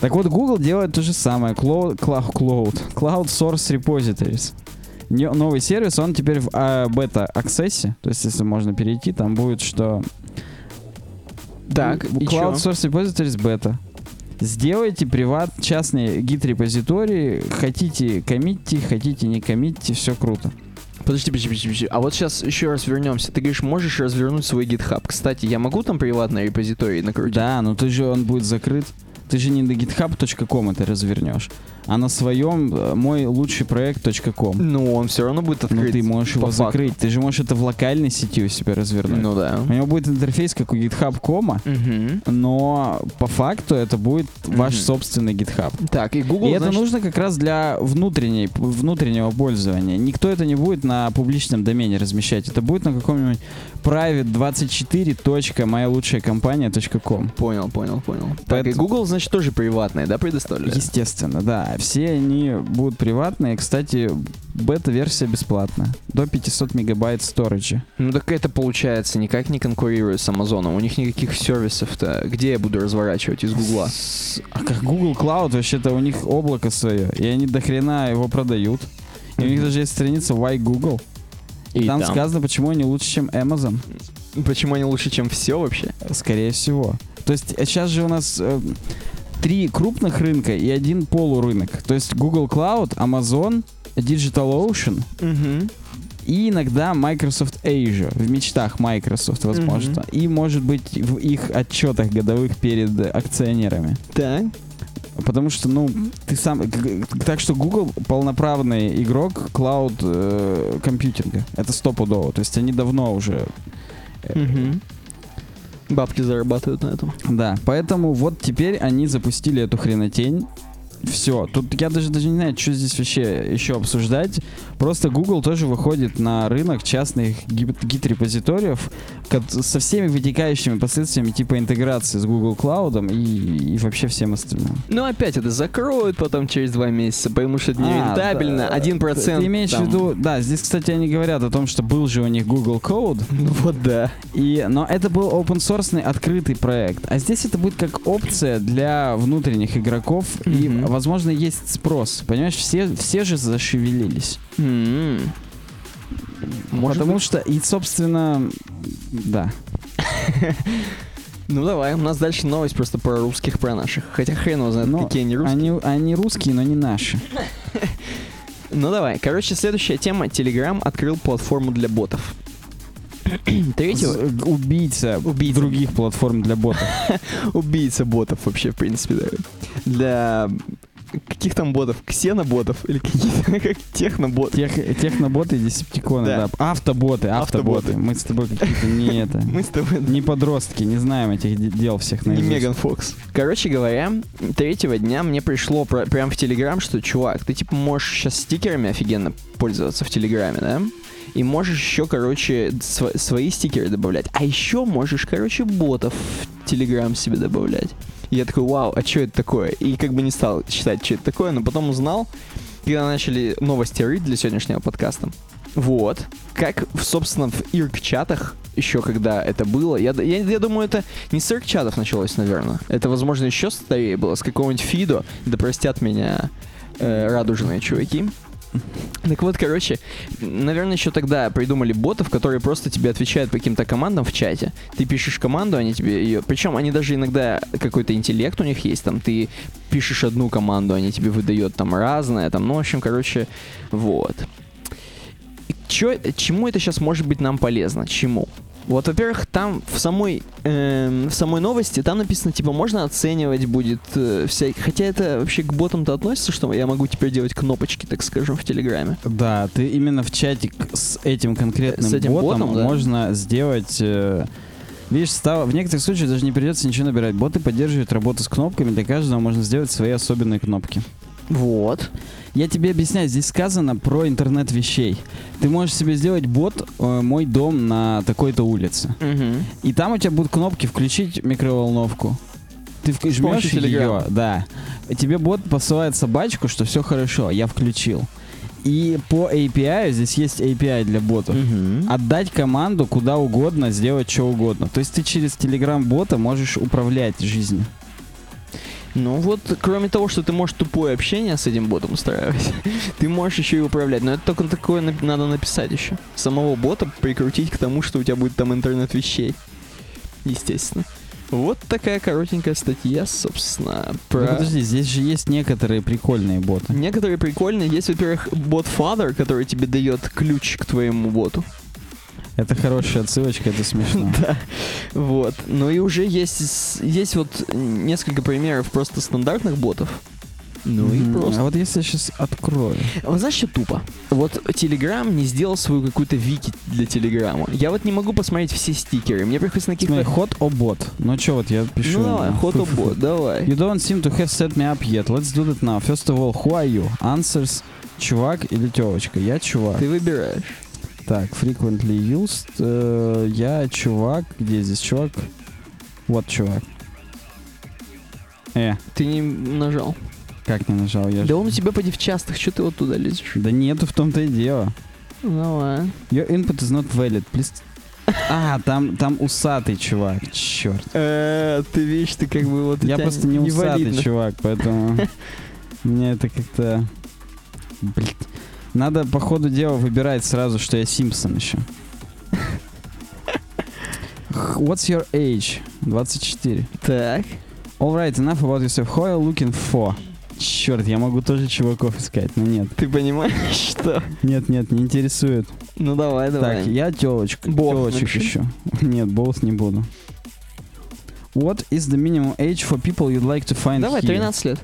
[SPEAKER 1] Так вот, Google делает то же самое. Cloud, Cloud, Cloud, Cloud Source Repositories. Не- Новый сервис, он теперь в а, бета-аксессе. То есть, если можно перейти, там будет, что
[SPEAKER 3] Так,
[SPEAKER 1] ну,
[SPEAKER 3] и
[SPEAKER 1] Cloud
[SPEAKER 3] чё?
[SPEAKER 1] Source Repositories Beta. Сделайте приват, частные гид репозитории, хотите коммитьте, хотите не коммитьте, все круто.
[SPEAKER 3] Подожди, подожди, подожди, подожди. А вот сейчас еще раз вернемся. Ты говоришь, можешь развернуть свой GitHub. Кстати, я могу там приватный репозиторий накрутить?
[SPEAKER 1] Да, но ты же он будет закрыт. Ты же не на github.com это развернешь, а на своем э, мой лучший проект.com.
[SPEAKER 3] Ну, он все равно будет
[SPEAKER 1] Ну
[SPEAKER 3] открыт.
[SPEAKER 1] ты можешь
[SPEAKER 3] по
[SPEAKER 1] его
[SPEAKER 3] факту.
[SPEAKER 1] закрыть. Ты же можешь это в локальной сети у себя развернуть.
[SPEAKER 3] Ну да.
[SPEAKER 1] У него будет интерфейс, как у github.com,
[SPEAKER 3] Мгм.
[SPEAKER 1] но по факту это будет ваш
[SPEAKER 3] Мгм.
[SPEAKER 1] собственный GitHub.
[SPEAKER 3] Так, и Google,
[SPEAKER 1] И это
[SPEAKER 3] значит,
[SPEAKER 1] нужно как раз для внутренней, внутреннего пользования. Никто это не будет на публичном домене размещать. Это будет на каком-нибудь private24.myalучшаякомпания.com.
[SPEAKER 3] Понял, понял, понял. Так, и
[SPEAKER 1] Поэтому-
[SPEAKER 3] Google, значит, тоже приватные, да, предоставляет?
[SPEAKER 1] Естественно, да. Все они будут приватные. Кстати, бета-версия бесплатная. До 500 мегабайт сторожа.
[SPEAKER 3] Ну так это получается, никак не конкурирует с Амазоном. У них никаких сервисов-то. Где я буду разворачивать из Гугла?
[SPEAKER 1] С- А как Google Cloud, вообще-то у них облако свое. И они до хрена его продают. И у них
[SPEAKER 3] Мгм.
[SPEAKER 1] даже есть страница Why Google. И там сказано, почему они лучше, чем Amazon.
[SPEAKER 3] Почему они лучше, чем все вообще?
[SPEAKER 1] Скорее всего. То есть сейчас же у нас э, три крупных рынка и один полурынок. То есть Google Cloud, Amazon, DigitalOcean
[SPEAKER 3] Угу.
[SPEAKER 1] и иногда Microsoft Asia. В мечтах Microsoft, возможно. И, может быть, в их отчетах годовых перед э, акционерами.
[SPEAKER 3] Так.
[SPEAKER 1] Потому что, ну, ты сам... г- г- Так что Google полноправный игрок клауд э, компьютинга. Это стопудово. То есть они давно уже... э,
[SPEAKER 3] Мгм. Бабки зарабатывают на этом.
[SPEAKER 1] Да, поэтому вот теперь они запустили эту хренотень. Все, тут я даже, даже не знаю, что здесь вообще еще обсуждать. Просто Google тоже выходит на рынок частных гип- гид-репозиториев кот- со всеми вытекающими последствиями типа интеграции с Google Cloud и, и вообще всем остальным.
[SPEAKER 3] Ну опять это закроют потом через два месяца, поймут, что это нерентабельно,
[SPEAKER 1] А, да.
[SPEAKER 3] 1%.
[SPEAKER 1] Ты имеешь
[SPEAKER 3] там.
[SPEAKER 1] в виду, да, здесь, кстати, они говорят о том, что был же у них Google Code,
[SPEAKER 3] Ну вот да.
[SPEAKER 1] И, но это был open source открытый проект. А здесь это будет как опция для внутренних игроков. И,
[SPEAKER 3] Мгм.
[SPEAKER 1] возможно, есть спрос. Понимаешь, все, все же зашевелились.
[SPEAKER 3] М. Может
[SPEAKER 1] Потому
[SPEAKER 3] быть.
[SPEAKER 1] что, и, собственно, да.
[SPEAKER 3] Ну давай, у нас дальше новость просто про русских, про наших. Хотя хрен его знает,
[SPEAKER 1] Ну,
[SPEAKER 3] какие они русские.
[SPEAKER 1] Они, они русские, но не наши.
[SPEAKER 3] Ну давай, короче, следующая тема. Telegram открыл платформу для ботов. Третьего?
[SPEAKER 1] З- Убийца,
[SPEAKER 3] Убийца.
[SPEAKER 1] других платформ для
[SPEAKER 3] <laughs>
[SPEAKER 1] ботов.
[SPEAKER 3] Убийца ботов вообще, в принципе, да. Для каких там ботов? Ксеноботов? Или каких <laughs> как техноботов?
[SPEAKER 1] Тех, техноботы и десептиконы,
[SPEAKER 3] Да.
[SPEAKER 1] да. Автоботы, автоботы.
[SPEAKER 3] Автоботы.
[SPEAKER 1] Мы с тобой какие-то не это...
[SPEAKER 3] <laughs> Мы с тобой
[SPEAKER 1] Не подростки, не знаем этих де- дел всех
[SPEAKER 3] И
[SPEAKER 1] наизусть.
[SPEAKER 3] Меган Фокс. Короче говоря, третьего дня мне пришло про- прям в Телеграм, что, чувак, ты типа можешь сейчас стикерами офигенно пользоваться в Телеграме, да? И можешь еще, короче, св- свои стикеры добавлять. А еще можешь, короче, ботов в Телеграм себе добавлять. И я такой, вау, а что это такое? И как бы не стал читать, что это такое, но потом узнал, когда начали новости рыть для сегодняшнего подкаста. Вот. Как, в- собственно, в ирк-чатах еще когда это было, я, д- я, я думаю, это не с ирк-чатов началось, наверное. Это, возможно, еще старее было, с какого-нибудь Фидо. Да простят меня э, радужные чуваки. Так вот, короче, наверное, еще тогда придумали ботов, которые просто тебе отвечают по каким-то командам в чате. Ты пишешь команду, они тебе ее... Причем они даже иногда какой-то интеллект у них есть, там ты пишешь одну команду, они тебе выдают там разное, там, ну, в общем, короче, вот. И чё- чему это сейчас может быть нам полезно? Чему? Вот, во-первых, там в самой, эм, в самой новости там написано, типа, можно оценивать будет э, вся- Хотя это вообще к ботам-то относится, что я могу теперь делать кнопочки, так скажем, в Телеграме.
[SPEAKER 1] Да, ты именно в чатик с этим конкретным
[SPEAKER 3] С этим
[SPEAKER 1] ботом,
[SPEAKER 3] ботом, да.
[SPEAKER 1] можно сделать. э, Видишь, стало, в некоторых случаях даже не придется ничего набирать. Боты поддерживают работу с кнопками, для каждого можно сделать свои особенные кнопки.
[SPEAKER 3] Вот.
[SPEAKER 1] Я тебе объясняю, здесь сказано про интернет вещей. Ты можешь себе сделать бот э, «Мой дом на такой-то улице». И там у тебя будут кнопки «Включить микроволновку». Ты вк- жмешь
[SPEAKER 3] помощью
[SPEAKER 1] ее,
[SPEAKER 3] Телеграма.
[SPEAKER 1] да. Тебе бот посылает собачку, что все хорошо, я включил. И по API, здесь есть API для ботов, отдать команду куда угодно, сделать что угодно. То есть ты через Telegram бота можешь управлять жизнью.
[SPEAKER 3] Ну вот, кроме того, что ты можешь тупое общение с этим ботом устраивать, <laughs> ты можешь еще и управлять. Но это только такое нап- надо написать еще. Самого бота прикрутить к тому, что у тебя будет там интернет вещей. Естественно. Вот такая коротенькая статья, собственно,
[SPEAKER 1] Ну,
[SPEAKER 3] про...
[SPEAKER 1] подожди, здесь же есть некоторые прикольные боты.
[SPEAKER 3] Некоторые прикольные. Есть, во-первых, бот Father, который тебе дает ключ к твоему боту.
[SPEAKER 1] Это хорошая отсылочка, это
[SPEAKER 3] <laughs>
[SPEAKER 1] смешно.
[SPEAKER 3] Вот. Ну и уже есть, с- есть вот несколько примеров просто стандартных ботов. Ну и
[SPEAKER 1] Мгм.
[SPEAKER 3] просто.
[SPEAKER 1] А вот если я сейчас открою.
[SPEAKER 3] Вот знаешь, что тупо? Вот Telegram не сделал свою какую-то вики для Телеграма. Я вот не могу посмотреть все стикеры. Мне приходится на
[SPEAKER 1] Смотри,
[SPEAKER 3] каких-то...
[SPEAKER 1] ход о бот. Ну что, вот я пишу.
[SPEAKER 3] типа Ну давай,
[SPEAKER 1] ему.
[SPEAKER 3] ход о
[SPEAKER 1] <laughs>
[SPEAKER 3] бот, давай.
[SPEAKER 1] You don't seem to have set me up yet. Let's do that now. First of all, who are you? Answers чувак или телочка? Я чувак.
[SPEAKER 3] А Ты выбираешь.
[SPEAKER 1] Так, frequently used. э, я чувак. Где здесь чувак? Вот чувак. Э,
[SPEAKER 3] Ты не нажал.
[SPEAKER 1] как не нажал я? ж-
[SPEAKER 3] Да он у тебя поди в частых, что ты вот туда лезешь?
[SPEAKER 1] Да нету в том-то и дело.
[SPEAKER 3] Ну Давай.
[SPEAKER 1] Your input is not valid, please.
[SPEAKER 3] <laughs>
[SPEAKER 1] А, там, там усатый чувак, черт.
[SPEAKER 3] Э, Ты видишь, ты как бы вот... у
[SPEAKER 1] Я
[SPEAKER 3] тебя
[SPEAKER 1] просто не усатый
[SPEAKER 3] валидно.
[SPEAKER 1] чувак,
[SPEAKER 3] <laughs>
[SPEAKER 1] поэтому мне это как-то... Блин. Надо по ходу дела выбирать сразу, что я Симпсон еще. What's your age? 24.
[SPEAKER 3] Так.
[SPEAKER 1] All right, enough about yourself. Who are you looking for? Черт, я могу тоже чуваков искать, но нет.
[SPEAKER 3] Ты понимаешь, <laughs> что?
[SPEAKER 1] Нет, нет, не интересует.
[SPEAKER 3] Ну давай, давай.
[SPEAKER 1] Так, я телочка.
[SPEAKER 3] Боб
[SPEAKER 1] Телочек
[SPEAKER 3] напиши.
[SPEAKER 1] еще. Нет, болт не буду. What is the minimum age for people you'd like to find
[SPEAKER 3] Давай,
[SPEAKER 1] here? <laughs>
[SPEAKER 3] 13 лет.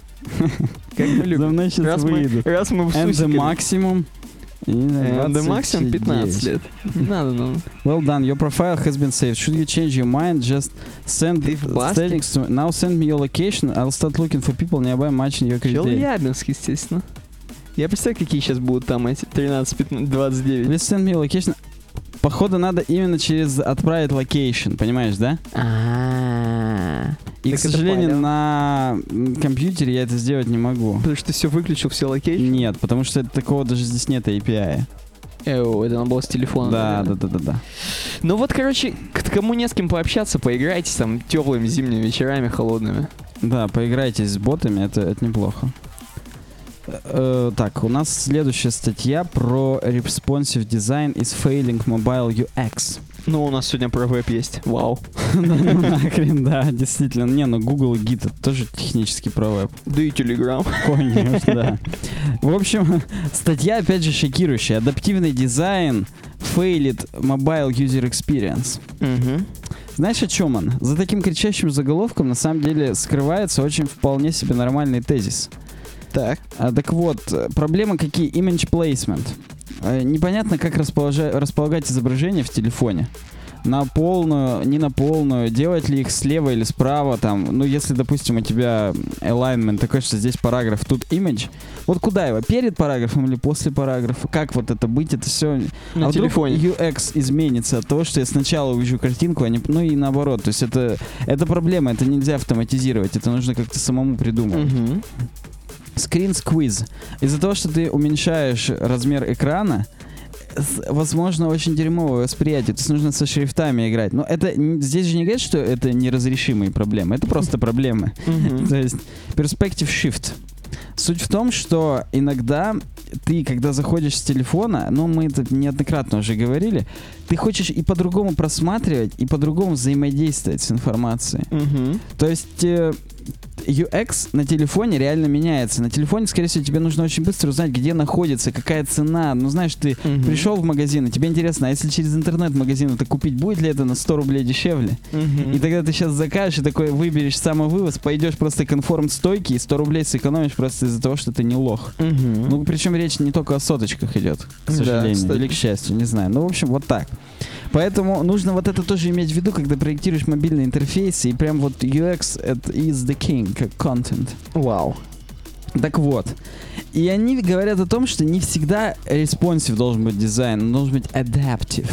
[SPEAKER 3] Как мы
[SPEAKER 1] За
[SPEAKER 3] любим.
[SPEAKER 1] мной сейчас
[SPEAKER 3] Раз мы,
[SPEAKER 1] выйдут.
[SPEAKER 3] раз мы в
[SPEAKER 1] And the
[SPEAKER 3] сусиках.
[SPEAKER 1] maximum. и
[SPEAKER 3] Э, да
[SPEAKER 1] 29.
[SPEAKER 3] максимум 15 лет. Не надо,
[SPEAKER 1] <laughs>
[SPEAKER 3] ну.
[SPEAKER 1] Well done, your profile has been saved. Should you change your mind, just send
[SPEAKER 3] Ты в Баске?
[SPEAKER 1] settings to Now send me your location, I'll start looking for people nearby matching your criteria.
[SPEAKER 3] Челябинск, естественно. Я представляю, какие сейчас будут там эти 13, 15, 29.
[SPEAKER 1] Please send me your location. Походу надо именно через отправить location, понимаешь, да?
[SPEAKER 3] А,
[SPEAKER 1] И,
[SPEAKER 3] Так
[SPEAKER 1] к
[SPEAKER 3] это
[SPEAKER 1] сожалению,
[SPEAKER 3] понял.
[SPEAKER 1] на м, компьютере я это сделать не могу.
[SPEAKER 3] Потому что ты все выключил, все локейшн.
[SPEAKER 1] Нет, потому что это- такого даже здесь нет API.
[SPEAKER 3] Эу, это надо было с телефона.
[SPEAKER 1] Да, да,
[SPEAKER 3] наверное.
[SPEAKER 1] да, да, да.
[SPEAKER 3] Ну вот, короче, к- кому не с кем пообщаться, поиграйтесь там теплыми зимними вечерами, холодными.
[SPEAKER 1] Да, поиграйтесь с ботами, это, это неплохо. Э, э, так, у нас следующая статья про responsive design is failing mobile <laughs> UX.
[SPEAKER 3] Ну, у нас сегодня про веб есть. Вау.
[SPEAKER 1] Ну Нахрен, да, действительно. Не, ну Google и Git это тоже технически про веб.
[SPEAKER 3] Да и Telegram.
[SPEAKER 1] Конечно, да. В общем, статья опять же шокирующая. Адаптивный дизайн фейлит mobile user experience.
[SPEAKER 3] А
[SPEAKER 1] Знаешь, о чем он? За таким кричащим заголовком на самом деле скрывается очень вполне себе нормальный тезис.
[SPEAKER 3] Так.
[SPEAKER 1] А, так вот, э, проблемы какие? Image placement. Э, непонятно, как расположа- располагать изображение в телефоне. На полную, не на полную, делать ли их слева или справа, там, ну, если, допустим, у тебя alignment такой, что здесь параграф, тут image, вот куда его, перед параграфом или после параграфа, как вот это быть, это все
[SPEAKER 3] На
[SPEAKER 1] а вдруг
[SPEAKER 3] телефоне.
[SPEAKER 1] UX изменится от того, что я сначала увижу картинку, а не... Ну и наоборот. То есть это, это проблема, это нельзя автоматизировать, это нужно как-то самому придумать.
[SPEAKER 3] Мгм.
[SPEAKER 1] Screen squeeze. Из-за того, что ты уменьшаешь размер экрана, с- возможно, очень дерьмовое восприятие. То есть нужно со шрифтами играть. Но это н- здесь же не говорят, что это неразрешимые проблемы. Это
[SPEAKER 3] <laughs>
[SPEAKER 1] просто проблемы.
[SPEAKER 3] Мгм.
[SPEAKER 1] То есть перспектив shift. Суть в том, что иногда ты, когда заходишь с телефона, ну, мы это неоднократно уже говорили, ты хочешь и по-другому просматривать, и по-другому взаимодействовать с информацией.
[SPEAKER 3] Мгм.
[SPEAKER 1] То есть э, UX на телефоне реально меняется. На телефоне, скорее всего, тебе нужно очень быстро узнать, где находится, какая цена. Ну, знаешь, ты
[SPEAKER 3] Мгм.
[SPEAKER 1] пришел в магазин, и тебе интересно, а если через интернет-магазин это купить, будет ли это на 100 рублей дешевле?
[SPEAKER 3] Мгм.
[SPEAKER 1] И тогда ты сейчас закажешь и такой выберешь самовывоз, пойдешь просто конформ стойки и 100 рублей сэкономишь просто из-за того, что ты не лох.
[SPEAKER 3] Мгм.
[SPEAKER 1] Ну, причем речь не только о соточках идет, к
[SPEAKER 3] Да,
[SPEAKER 1] сожалению,
[SPEAKER 3] кстати.
[SPEAKER 1] или к счастью, не знаю. Ну, в общем, вот так. Поэтому нужно вот это тоже иметь в виду, когда проектируешь мобильные интерфейсы, и прям вот UX это is the king, как content.
[SPEAKER 3] Вау.
[SPEAKER 1] Так вот. И они говорят о том, что не всегда responsive должен быть дизайн, он должен быть adaptive.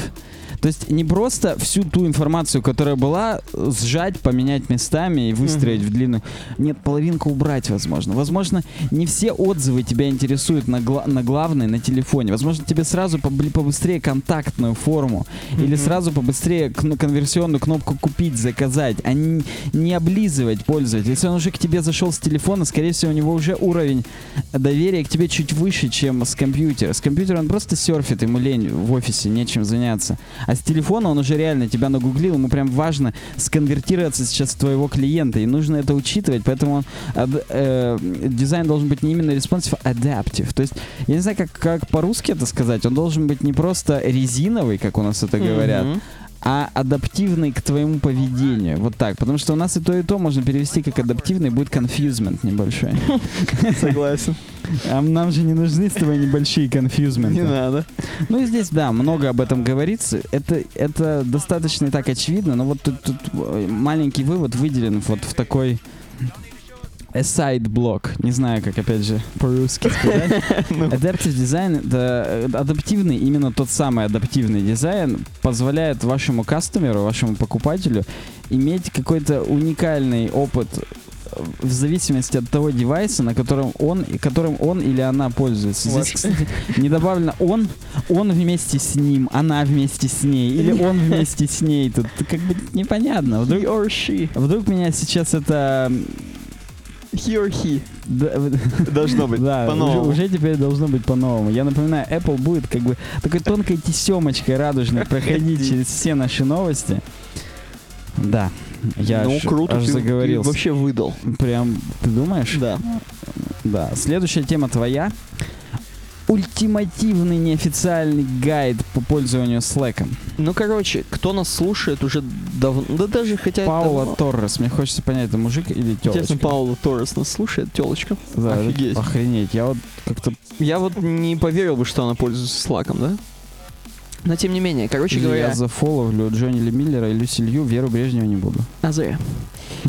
[SPEAKER 1] То есть не просто всю ту информацию, которая была, э, сжать, поменять местами и выстроить
[SPEAKER 3] Мгм.
[SPEAKER 1] в длину. Нет, половинку убрать, возможно. Возможно, не все отзывы тебя интересуют на, гла- на главной, на телефоне. Возможно, тебе сразу побли- побыстрее контактную форму или
[SPEAKER 3] Мгм.
[SPEAKER 1] сразу побыстрее кн- конверсионную кнопку купить, заказать, а не, не облизывать пользователя. Если он уже к тебе зашел с телефона, скорее всего, у него уже уровень доверия к тебе чуть выше, чем с компьютера. С компьютера он просто серфит, ему лень в офисе, нечем заняться. А А с телефона он уже реально тебя нагуглил, ему прям важно сконвертироваться сейчас в твоего клиента, и нужно это учитывать, поэтому он ад- э, дизайн должен быть не именно responsive, а адаптив. То есть, я не знаю, как, как по-русски это сказать, он должен быть не просто резиновый, как у нас это говорят,
[SPEAKER 3] Мгм.
[SPEAKER 1] а адаптивный к твоему поведению. Вот так. Потому что у нас и то, и то можно перевести как адаптивный, будет конфьюзмент небольшой.
[SPEAKER 2] <laughs> Согласен.
[SPEAKER 1] А нам же не нужны с тобой небольшие
[SPEAKER 2] Не
[SPEAKER 1] конфьюзменты.
[SPEAKER 2] надо.
[SPEAKER 1] Ну и здесь, да, много об этом говорится. Это, это достаточно и так очевидно, но вот тут, тут, э, маленький вывод выделен вот в такой aside блок. Не знаю, как опять же по-русски сказать. Adaptive дизайн, это э, адаптивный, именно тот самый адаптивный дизайн позволяет вашему кастомеру, вашему покупателю иметь какой-то уникальный опыт э, в зависимости от того девайса, на котором он, и которым он или она пользуется. Здесь,
[SPEAKER 2] Ваш.
[SPEAKER 1] кстати, не добавлено он, он вместе с ним, она вместе с ней,
[SPEAKER 2] <laughs>
[SPEAKER 1] или он вместе с ней. Тут как бы непонятно. Вдруг,
[SPEAKER 2] He or she.
[SPEAKER 1] вдруг меня сейчас это... м,
[SPEAKER 2] He or he.
[SPEAKER 1] да-
[SPEAKER 2] Должно быть.
[SPEAKER 1] да,
[SPEAKER 2] По-новому.
[SPEAKER 1] Уже, уже теперь должно быть по-новому. Я напоминаю, Apple будет как бы такой тонкой тесемочкой радужной проходить через все наши новости. Да, я
[SPEAKER 2] ну,
[SPEAKER 1] аж-
[SPEAKER 2] круто,
[SPEAKER 1] аж
[SPEAKER 2] ты- ты
[SPEAKER 1] заговорился.
[SPEAKER 2] вообще выдал.
[SPEAKER 1] Прям, ты думаешь?
[SPEAKER 2] Да.
[SPEAKER 1] Да. Следующая тема твоя. Ультимативный неофициальный гайд по пользованию Slack.
[SPEAKER 3] Ну, короче, кто нас слушает уже давно... Да даже хотя...
[SPEAKER 1] Паула
[SPEAKER 3] давно-
[SPEAKER 1] Торрес. Мне хочется понять, это мужик или
[SPEAKER 2] Интересно,
[SPEAKER 1] телочка.
[SPEAKER 2] Паула Торрес нас слушает, телочка.
[SPEAKER 1] Да, это-
[SPEAKER 2] Офигеть.
[SPEAKER 1] Охренеть. Я вот как-то...
[SPEAKER 3] Я вот не поверил бы, что она пользуется слаком, да? Но тем не менее, короче
[SPEAKER 1] или
[SPEAKER 3] говоря...
[SPEAKER 1] Я зафоловлю Джонни Ли Миллера или Силью, Веру Брежневу не буду.
[SPEAKER 3] А зря.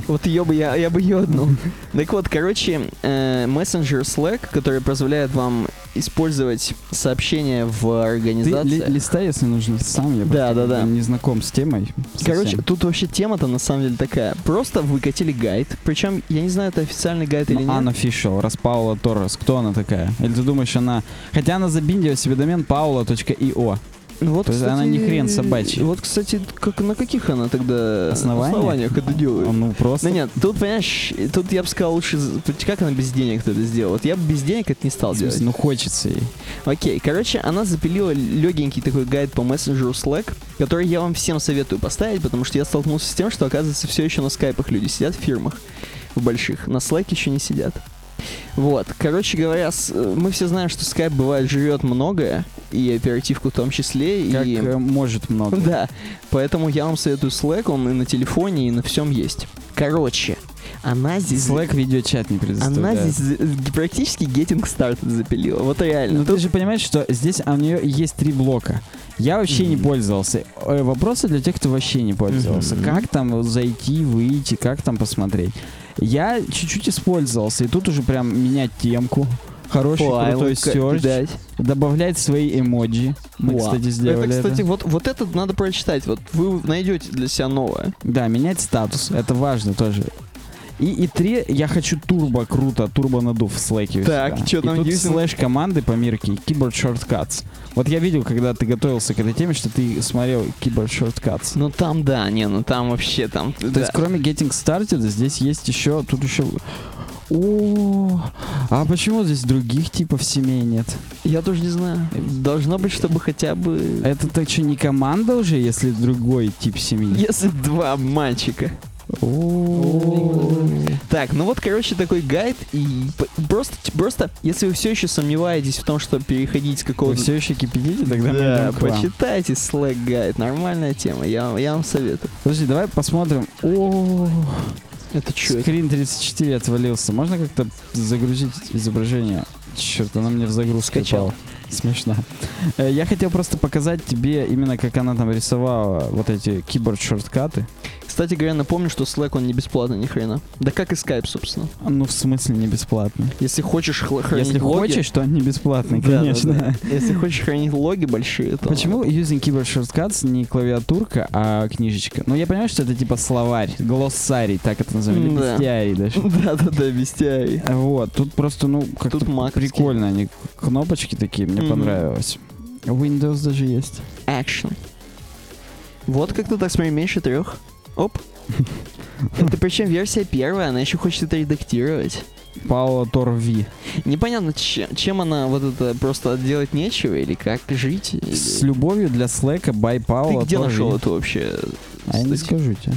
[SPEAKER 3] Вот ее бы я, я бы ее одну.
[SPEAKER 1] <laughs>
[SPEAKER 3] Так вот, короче, э, мессенджер Slack, который позволяет вам использовать сообщения в
[SPEAKER 1] Ты ли-
[SPEAKER 3] организации.
[SPEAKER 1] листай, если нужно, сам. Я
[SPEAKER 3] Да,
[SPEAKER 1] просто
[SPEAKER 3] да, да.
[SPEAKER 1] не знаком с темой. совсем.
[SPEAKER 3] Короче, тут вообще тема-то на самом деле такая. Просто выкатили гайд. Причем, я не знаю, это официальный гайд или
[SPEAKER 1] Ну,
[SPEAKER 3] нет.
[SPEAKER 1] Анна Фишел, раз Паула Торрес. Кто она такая? Или ты думаешь, она... Хотя она забиндила себе домен paula.io.
[SPEAKER 3] Ну Вот,
[SPEAKER 1] То есть она не хрен собачий.
[SPEAKER 3] Вот, кстати, как, на каких она тогда
[SPEAKER 1] Основаниях?
[SPEAKER 3] основаниях это делает?
[SPEAKER 1] Ну, просто...
[SPEAKER 3] Да нет, тут, понимаешь, тут я бы сказал лучше, з- как она без денег это сделала? Вот я бы без денег это не стал
[SPEAKER 1] в смысле,
[SPEAKER 3] делать.
[SPEAKER 1] ну, хочется ей.
[SPEAKER 3] Окей, короче, она запилила легенький такой гайд по мессенджеру Slack, который я вам всем советую поставить, потому что я столкнулся с тем, что, оказывается, все еще на скайпах люди сидят в фирмах, в больших, на Slack еще не сидят. Вот, короче говоря, с- э, мы все знаем, что скайп бывает жрет многое, и оперативку в том числе,
[SPEAKER 1] Как
[SPEAKER 3] и...
[SPEAKER 1] э, может много.
[SPEAKER 3] <laughs> Да, поэтому я вам советую Slack, он и на телефоне, и на всем есть. Короче, она здесь...
[SPEAKER 1] Slack видеочат не
[SPEAKER 3] Она
[SPEAKER 1] предоставляет.
[SPEAKER 3] здесь за- практически getting started запилила, вот реально.
[SPEAKER 1] Ну, ты же понимаешь, что здесь у нее есть три блока. Я вообще не
[SPEAKER 3] Мгм.
[SPEAKER 1] пользовался. Э, Вопросы для тех, кто вообще не пользовался.
[SPEAKER 3] Мгм.
[SPEAKER 1] Как там зайти, выйти, как там посмотреть. Я чуть-чуть использовался, и тут уже прям менять темку. Хороший,
[SPEAKER 3] Файл,
[SPEAKER 1] крутой
[SPEAKER 3] ка-
[SPEAKER 1] search.
[SPEAKER 3] кидать.
[SPEAKER 1] Добавлять свои эмоджи. Мы,
[SPEAKER 3] Во.
[SPEAKER 1] кстати, сделали
[SPEAKER 3] Ну, Это,
[SPEAKER 1] это.
[SPEAKER 3] кстати, вот, вот это надо прочитать. Вот вы найдете для себя новое.
[SPEAKER 1] Да, менять статус. Это важно тоже. И, и три, я хочу турбо круто, турбо надув в слэке. у
[SPEAKER 3] Так,
[SPEAKER 1] себя.
[SPEAKER 3] чё
[SPEAKER 1] И
[SPEAKER 3] там
[SPEAKER 1] тут
[SPEAKER 3] юзинг?
[SPEAKER 1] слэш команды по мирке, keyboard shortcuts. Вот я видел, когда ты готовился к этой теме, что ты смотрел keyboard shortcuts.
[SPEAKER 3] Ну там да, не, ну там вообще там.
[SPEAKER 1] То есть, кроме getting started, здесь есть еще, тут еще... О, а почему здесь других типов семей нет?
[SPEAKER 3] я тоже не знаю. Должно быть, чтобы хотя бы.
[SPEAKER 1] Это так что, не команда уже, если другой тип семьи?
[SPEAKER 3] Если два мальчика.
[SPEAKER 1] О.
[SPEAKER 3] Так, ну вот, короче, такой гайд. И п- просто, просто, если вы все еще сомневаетесь в том, что переходить с
[SPEAKER 1] Вы
[SPEAKER 3] какого-то.
[SPEAKER 1] все еще кипятите, тогда мы
[SPEAKER 3] да,
[SPEAKER 1] идем к вам.
[SPEAKER 3] почитайте Slack гайд. Нормальная тема. Я, вам- я вам советую.
[SPEAKER 1] Подожди, давай посмотрим. О,
[SPEAKER 3] Это чё?
[SPEAKER 1] скрин 34 отвалился. Можно как-то загрузить изображение? Черт, она мне в загрузку
[SPEAKER 3] Скачал.
[SPEAKER 1] упала. <laughs> Смешно. Э, Я хотел просто показать тебе именно, как она там рисовала вот эти киборд-шорткаты.
[SPEAKER 3] Кстати говоря, напомню, что Slack он не бесплатный ни хрена. Да как и Skype, собственно.
[SPEAKER 1] Ну, в смысле, не бесплатно.
[SPEAKER 3] Если хочешь хл- хранить
[SPEAKER 1] Если
[SPEAKER 3] логи...
[SPEAKER 1] хочешь, то они бесплатные,
[SPEAKER 3] Да, да,
[SPEAKER 1] конечно. <laughs>
[SPEAKER 3] да. Если хочешь хранить логи большие, то...
[SPEAKER 1] Почему using keyboard shortcuts не клавиатурка, а книжечка? Ну, я понимаю, что это типа словарь, глоссарий, так это называют, или
[SPEAKER 3] М-да.
[SPEAKER 1] бестиарий даже.
[SPEAKER 3] <laughs> Да-да-да, без TI.
[SPEAKER 1] Вот, тут просто, ну, как-то
[SPEAKER 3] Тут маковские.
[SPEAKER 1] прикольно, они кнопочки такие, мне
[SPEAKER 3] Мгм.
[SPEAKER 1] понравилось. Windows даже есть.
[SPEAKER 3] Action. Вот как-то так, смотри, меньше
[SPEAKER 1] <laughs>
[SPEAKER 3] трех. Оп. Это причем версия первая, она еще хочет это редактировать.
[SPEAKER 1] Пао Торви.
[SPEAKER 3] Непонятно, че- чем она вот это просто делать нечего или как жить. или-
[SPEAKER 1] С любовью для Слэка бай Пао
[SPEAKER 3] Ты где
[SPEAKER 1] Торви.
[SPEAKER 3] нашел это вообще?
[SPEAKER 1] А я не
[SPEAKER 3] статью?
[SPEAKER 1] скажу тебе.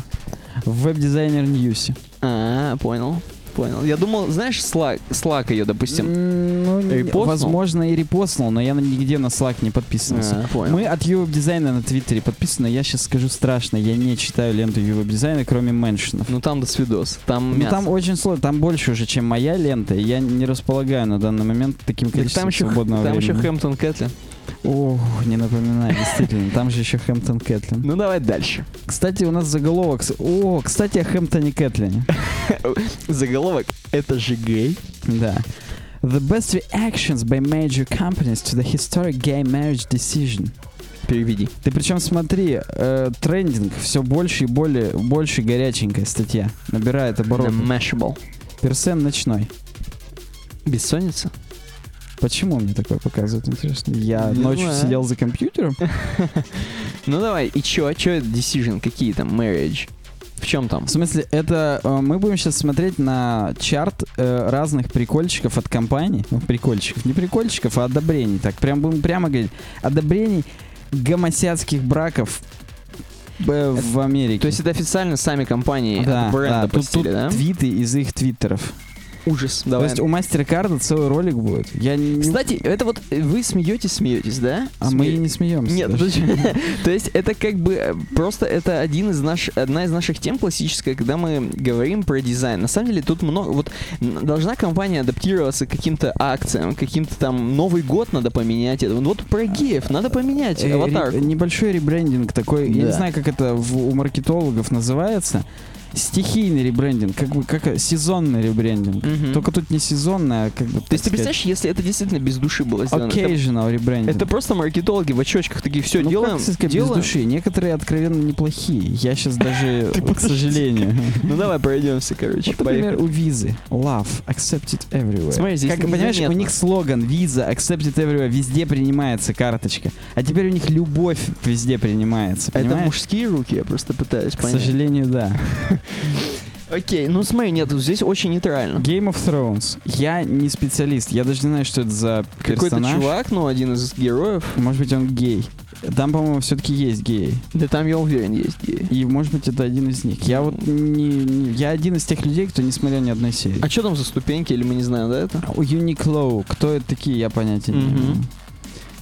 [SPEAKER 1] В веб-дизайнер Ньюсе.
[SPEAKER 3] А, понял. Понял. Я думал, знаешь, Slack, Slack ее, допустим.
[SPEAKER 1] М, Ну, не-
[SPEAKER 3] Репостнул?
[SPEAKER 1] возможно, и репостнул, но я на- нигде на Slack не подписывался.
[SPEAKER 3] А, понял.
[SPEAKER 1] Мы от Ювеб дизайна на Твиттере подписаны. Я сейчас скажу страшно, я не читаю ленту Ювеб дизайна, кроме меншинов.
[SPEAKER 3] Ну там до свидос. Там
[SPEAKER 1] Ну,
[SPEAKER 3] мясо.
[SPEAKER 1] там очень сложно, там больше уже, чем моя лента. и Я не располагаю на данный момент таким
[SPEAKER 3] Так
[SPEAKER 1] количеством
[SPEAKER 3] там еще,
[SPEAKER 1] свободного
[SPEAKER 3] там еще
[SPEAKER 1] времени.
[SPEAKER 3] Хэмптон Кэтли.
[SPEAKER 1] Ох, не напоминай, действительно. Там же еще Хэмптон Кэтлин.
[SPEAKER 3] Ну давай дальше.
[SPEAKER 1] Кстати, у нас заголовок. с- О, кстати, о Хэмптоне Кэтлине.
[SPEAKER 3] Заголовок «Это же гей».
[SPEAKER 1] Да. The best reactions by major companies to the historic gay marriage decision.
[SPEAKER 3] Переведи.
[SPEAKER 1] Ты причем смотри, э, трендинг все больше и более, больше горяченькая статья. Набирает обороты.
[SPEAKER 3] The Mashable.
[SPEAKER 1] Персен ночной.
[SPEAKER 3] Бессонница?
[SPEAKER 1] Почему мне такое показывают, интересно? Я
[SPEAKER 3] Не
[SPEAKER 1] ночью
[SPEAKER 3] знаю.
[SPEAKER 1] сидел за компьютером.
[SPEAKER 3] Ну давай, и чё? Чё это decision? Какие там? Marriage? В чем там?
[SPEAKER 1] В смысле, это э, мы будем сейчас смотреть на чарт э, разных прикольчиков от компаний. Ну, прикольчиков, не прикольчиков, а одобрений. Так, прям будем прямо говорить. Одобрений гомосяцких браков э, в Америке.
[SPEAKER 3] То есть это официально сами компании от
[SPEAKER 1] да,
[SPEAKER 3] бренда
[SPEAKER 1] да, тут,
[SPEAKER 3] пустили,
[SPEAKER 1] тут
[SPEAKER 3] да?
[SPEAKER 1] твиты из их твиттеров.
[SPEAKER 3] Ужас. Давай.
[SPEAKER 1] То есть у Мастеркарда целый ролик будет. Я не...
[SPEAKER 3] Кстати, это вот э, вы смеетесь, смеетесь, да?
[SPEAKER 1] а
[SPEAKER 3] Сме-
[SPEAKER 1] мы и не смеемся.
[SPEAKER 3] Нет,
[SPEAKER 1] даже.
[SPEAKER 3] подожди. то есть это как бы э, просто это один из наш, одна из наших тем классическая, когда мы говорим про дизайн. На самом деле тут много, вот м, должна компания адаптироваться к каким-то акциям, к каким-то там Новый год надо поменять. это. Вот про геев надо поменять
[SPEAKER 1] Э,
[SPEAKER 3] аватар.
[SPEAKER 1] ре- небольшой ребрендинг такой, я не
[SPEAKER 3] Да.
[SPEAKER 1] знаю, как это в- у маркетологов называется. Стихийный ребрендинг, как бы как э, сезонный ребрендинг.
[SPEAKER 3] Мгм.
[SPEAKER 1] Только тут не сезонное, а как бы.
[SPEAKER 3] То есть ты представляешь, если это действительно без души было сделано? это-
[SPEAKER 1] Occasional ребрендинг.
[SPEAKER 3] Это просто маркетологи в очочках такие, все,
[SPEAKER 1] ну,
[SPEAKER 3] делаем,
[SPEAKER 1] как сказать, без
[SPEAKER 3] делаем.
[SPEAKER 1] души. Некоторые откровенно неплохие. Я сейчас
[SPEAKER 3] <laughs>
[SPEAKER 1] даже, к сожалению. <laughs>
[SPEAKER 3] Ну давай пройдемся, короче,
[SPEAKER 1] Вот, например,
[SPEAKER 3] поехали.
[SPEAKER 1] у Визы. Love accepted everywhere.
[SPEAKER 3] Смотри, здесь
[SPEAKER 1] как,
[SPEAKER 3] нигде
[SPEAKER 1] понимаешь, у
[SPEAKER 3] нет.
[SPEAKER 1] них слоган Visa accepted everywhere, везде принимается карточка. А теперь у них любовь везде принимается,
[SPEAKER 3] Это
[SPEAKER 1] понимаешь?
[SPEAKER 3] мужские руки, я просто пытаюсь
[SPEAKER 1] К
[SPEAKER 3] понять.
[SPEAKER 1] сожалению, да.
[SPEAKER 3] Окей, ну смотри, нет, здесь очень нейтрально.
[SPEAKER 1] Game of Thrones. Я не специалист, я даже не знаю, что это за
[SPEAKER 3] Какой-то
[SPEAKER 1] персонаж.
[SPEAKER 3] чувак, ну, один из героев.
[SPEAKER 1] Может быть, он гей. Там, по-моему, все-таки есть геи.
[SPEAKER 3] Да там, я уверен, есть геи.
[SPEAKER 1] И, может быть, это один из них. Я вот не, не- Я один из тех людей, кто не смотрел ни одной серии. А
[SPEAKER 3] А что там за ступеньки, или мы не знаем, да, это?
[SPEAKER 1] У Uniqlo, кто это такие, я понятия не
[SPEAKER 3] Мгм.
[SPEAKER 1] имею.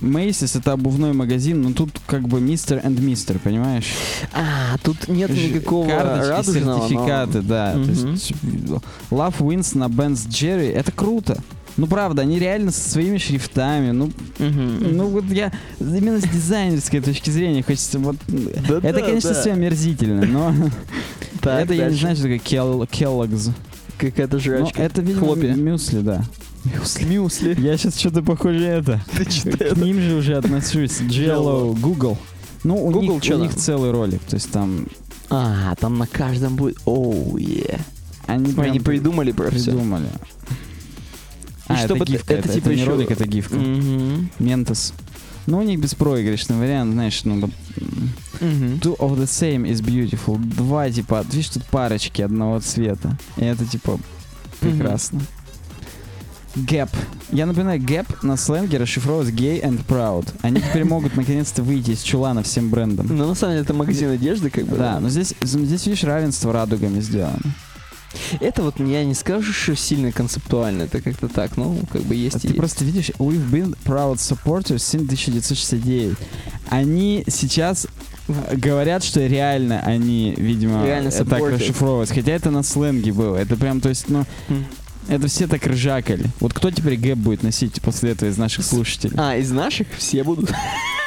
[SPEAKER 1] Macy's это обувной магазин, но тут как бы мистер and мистер, понимаешь?
[SPEAKER 3] А, тут нет
[SPEAKER 1] Ж-
[SPEAKER 3] никакого
[SPEAKER 1] карточки,
[SPEAKER 3] радужного, но-
[SPEAKER 1] сертификаты, да.
[SPEAKER 3] Мгм.
[SPEAKER 1] То есть, Love Wins на Benz Jerry, это круто. Ну правда, они реально со своими шрифтами. Ну,
[SPEAKER 3] Мгм.
[SPEAKER 1] ну вот я именно с дизайнерской точки зрения хочется вот.
[SPEAKER 3] Да,
[SPEAKER 1] это,
[SPEAKER 3] да,
[SPEAKER 1] конечно,
[SPEAKER 3] да.
[SPEAKER 1] все омерзительно, но <laughs>
[SPEAKER 3] Так,
[SPEAKER 1] это я не
[SPEAKER 3] дальше. Ну,
[SPEAKER 1] знаю, что такое Kell- Kellogg's.
[SPEAKER 3] Какая-то
[SPEAKER 1] Но
[SPEAKER 3] жрачка.
[SPEAKER 1] это видимо
[SPEAKER 3] Хлопья.
[SPEAKER 1] мюсли, да.
[SPEAKER 3] Мюсли.
[SPEAKER 1] Я сейчас что-то похоже это.
[SPEAKER 3] <laughs> Ты чё
[SPEAKER 1] К
[SPEAKER 3] это?
[SPEAKER 1] ним же уже отношусь. Jello, Google. Ну, у,
[SPEAKER 3] Google
[SPEAKER 1] них,
[SPEAKER 3] чё
[SPEAKER 1] у
[SPEAKER 3] там?
[SPEAKER 1] них целый ролик. То есть там
[SPEAKER 3] А, там на каждом будет... Оу, е.
[SPEAKER 1] они
[SPEAKER 3] Смотри,
[SPEAKER 1] прям
[SPEAKER 3] они придумали про все.
[SPEAKER 1] придумали.
[SPEAKER 3] И
[SPEAKER 1] А, это
[SPEAKER 3] чтобы это-
[SPEAKER 1] гифка.
[SPEAKER 3] это
[SPEAKER 1] Это,
[SPEAKER 3] типа
[SPEAKER 1] это не
[SPEAKER 3] ещё-
[SPEAKER 1] ролик, это гифка. Ментос. Ну, у них беспроигрышный вариант, знаешь, ну, вот, м, Two of the same is beautiful. Два, типа, видишь, тут парочки одного цвета. И это, типа, прекрасно. Гэп. Я напоминаю, гэп на сленге расшифровывается gay and proud. Они теперь могут наконец-то выйти из чулана всем брендом.
[SPEAKER 3] Ну, на самом деле, это магазин одежды, как бы.
[SPEAKER 1] Да, но здесь, здесь, видишь, равенство радугами сделано.
[SPEAKER 3] Это вот я не скажу, что сильно концептуально, это как-то так, ну, как бы есть
[SPEAKER 1] А
[SPEAKER 3] и
[SPEAKER 1] Ты
[SPEAKER 3] есть.
[SPEAKER 1] просто видишь, we've been proud supporters since 1969. Они сейчас э, говорят, что реально они, видимо,
[SPEAKER 3] Реально
[SPEAKER 1] э, так
[SPEAKER 3] supported.
[SPEAKER 1] расшифровывают. Хотя это на сленге было. Это прям, то есть, ну,
[SPEAKER 3] Мгм.
[SPEAKER 1] это все так ржакали. Вот кто теперь гэп будет носить после этого из наших слушателей?
[SPEAKER 3] А, из наших все будут.
[SPEAKER 1] <laughs>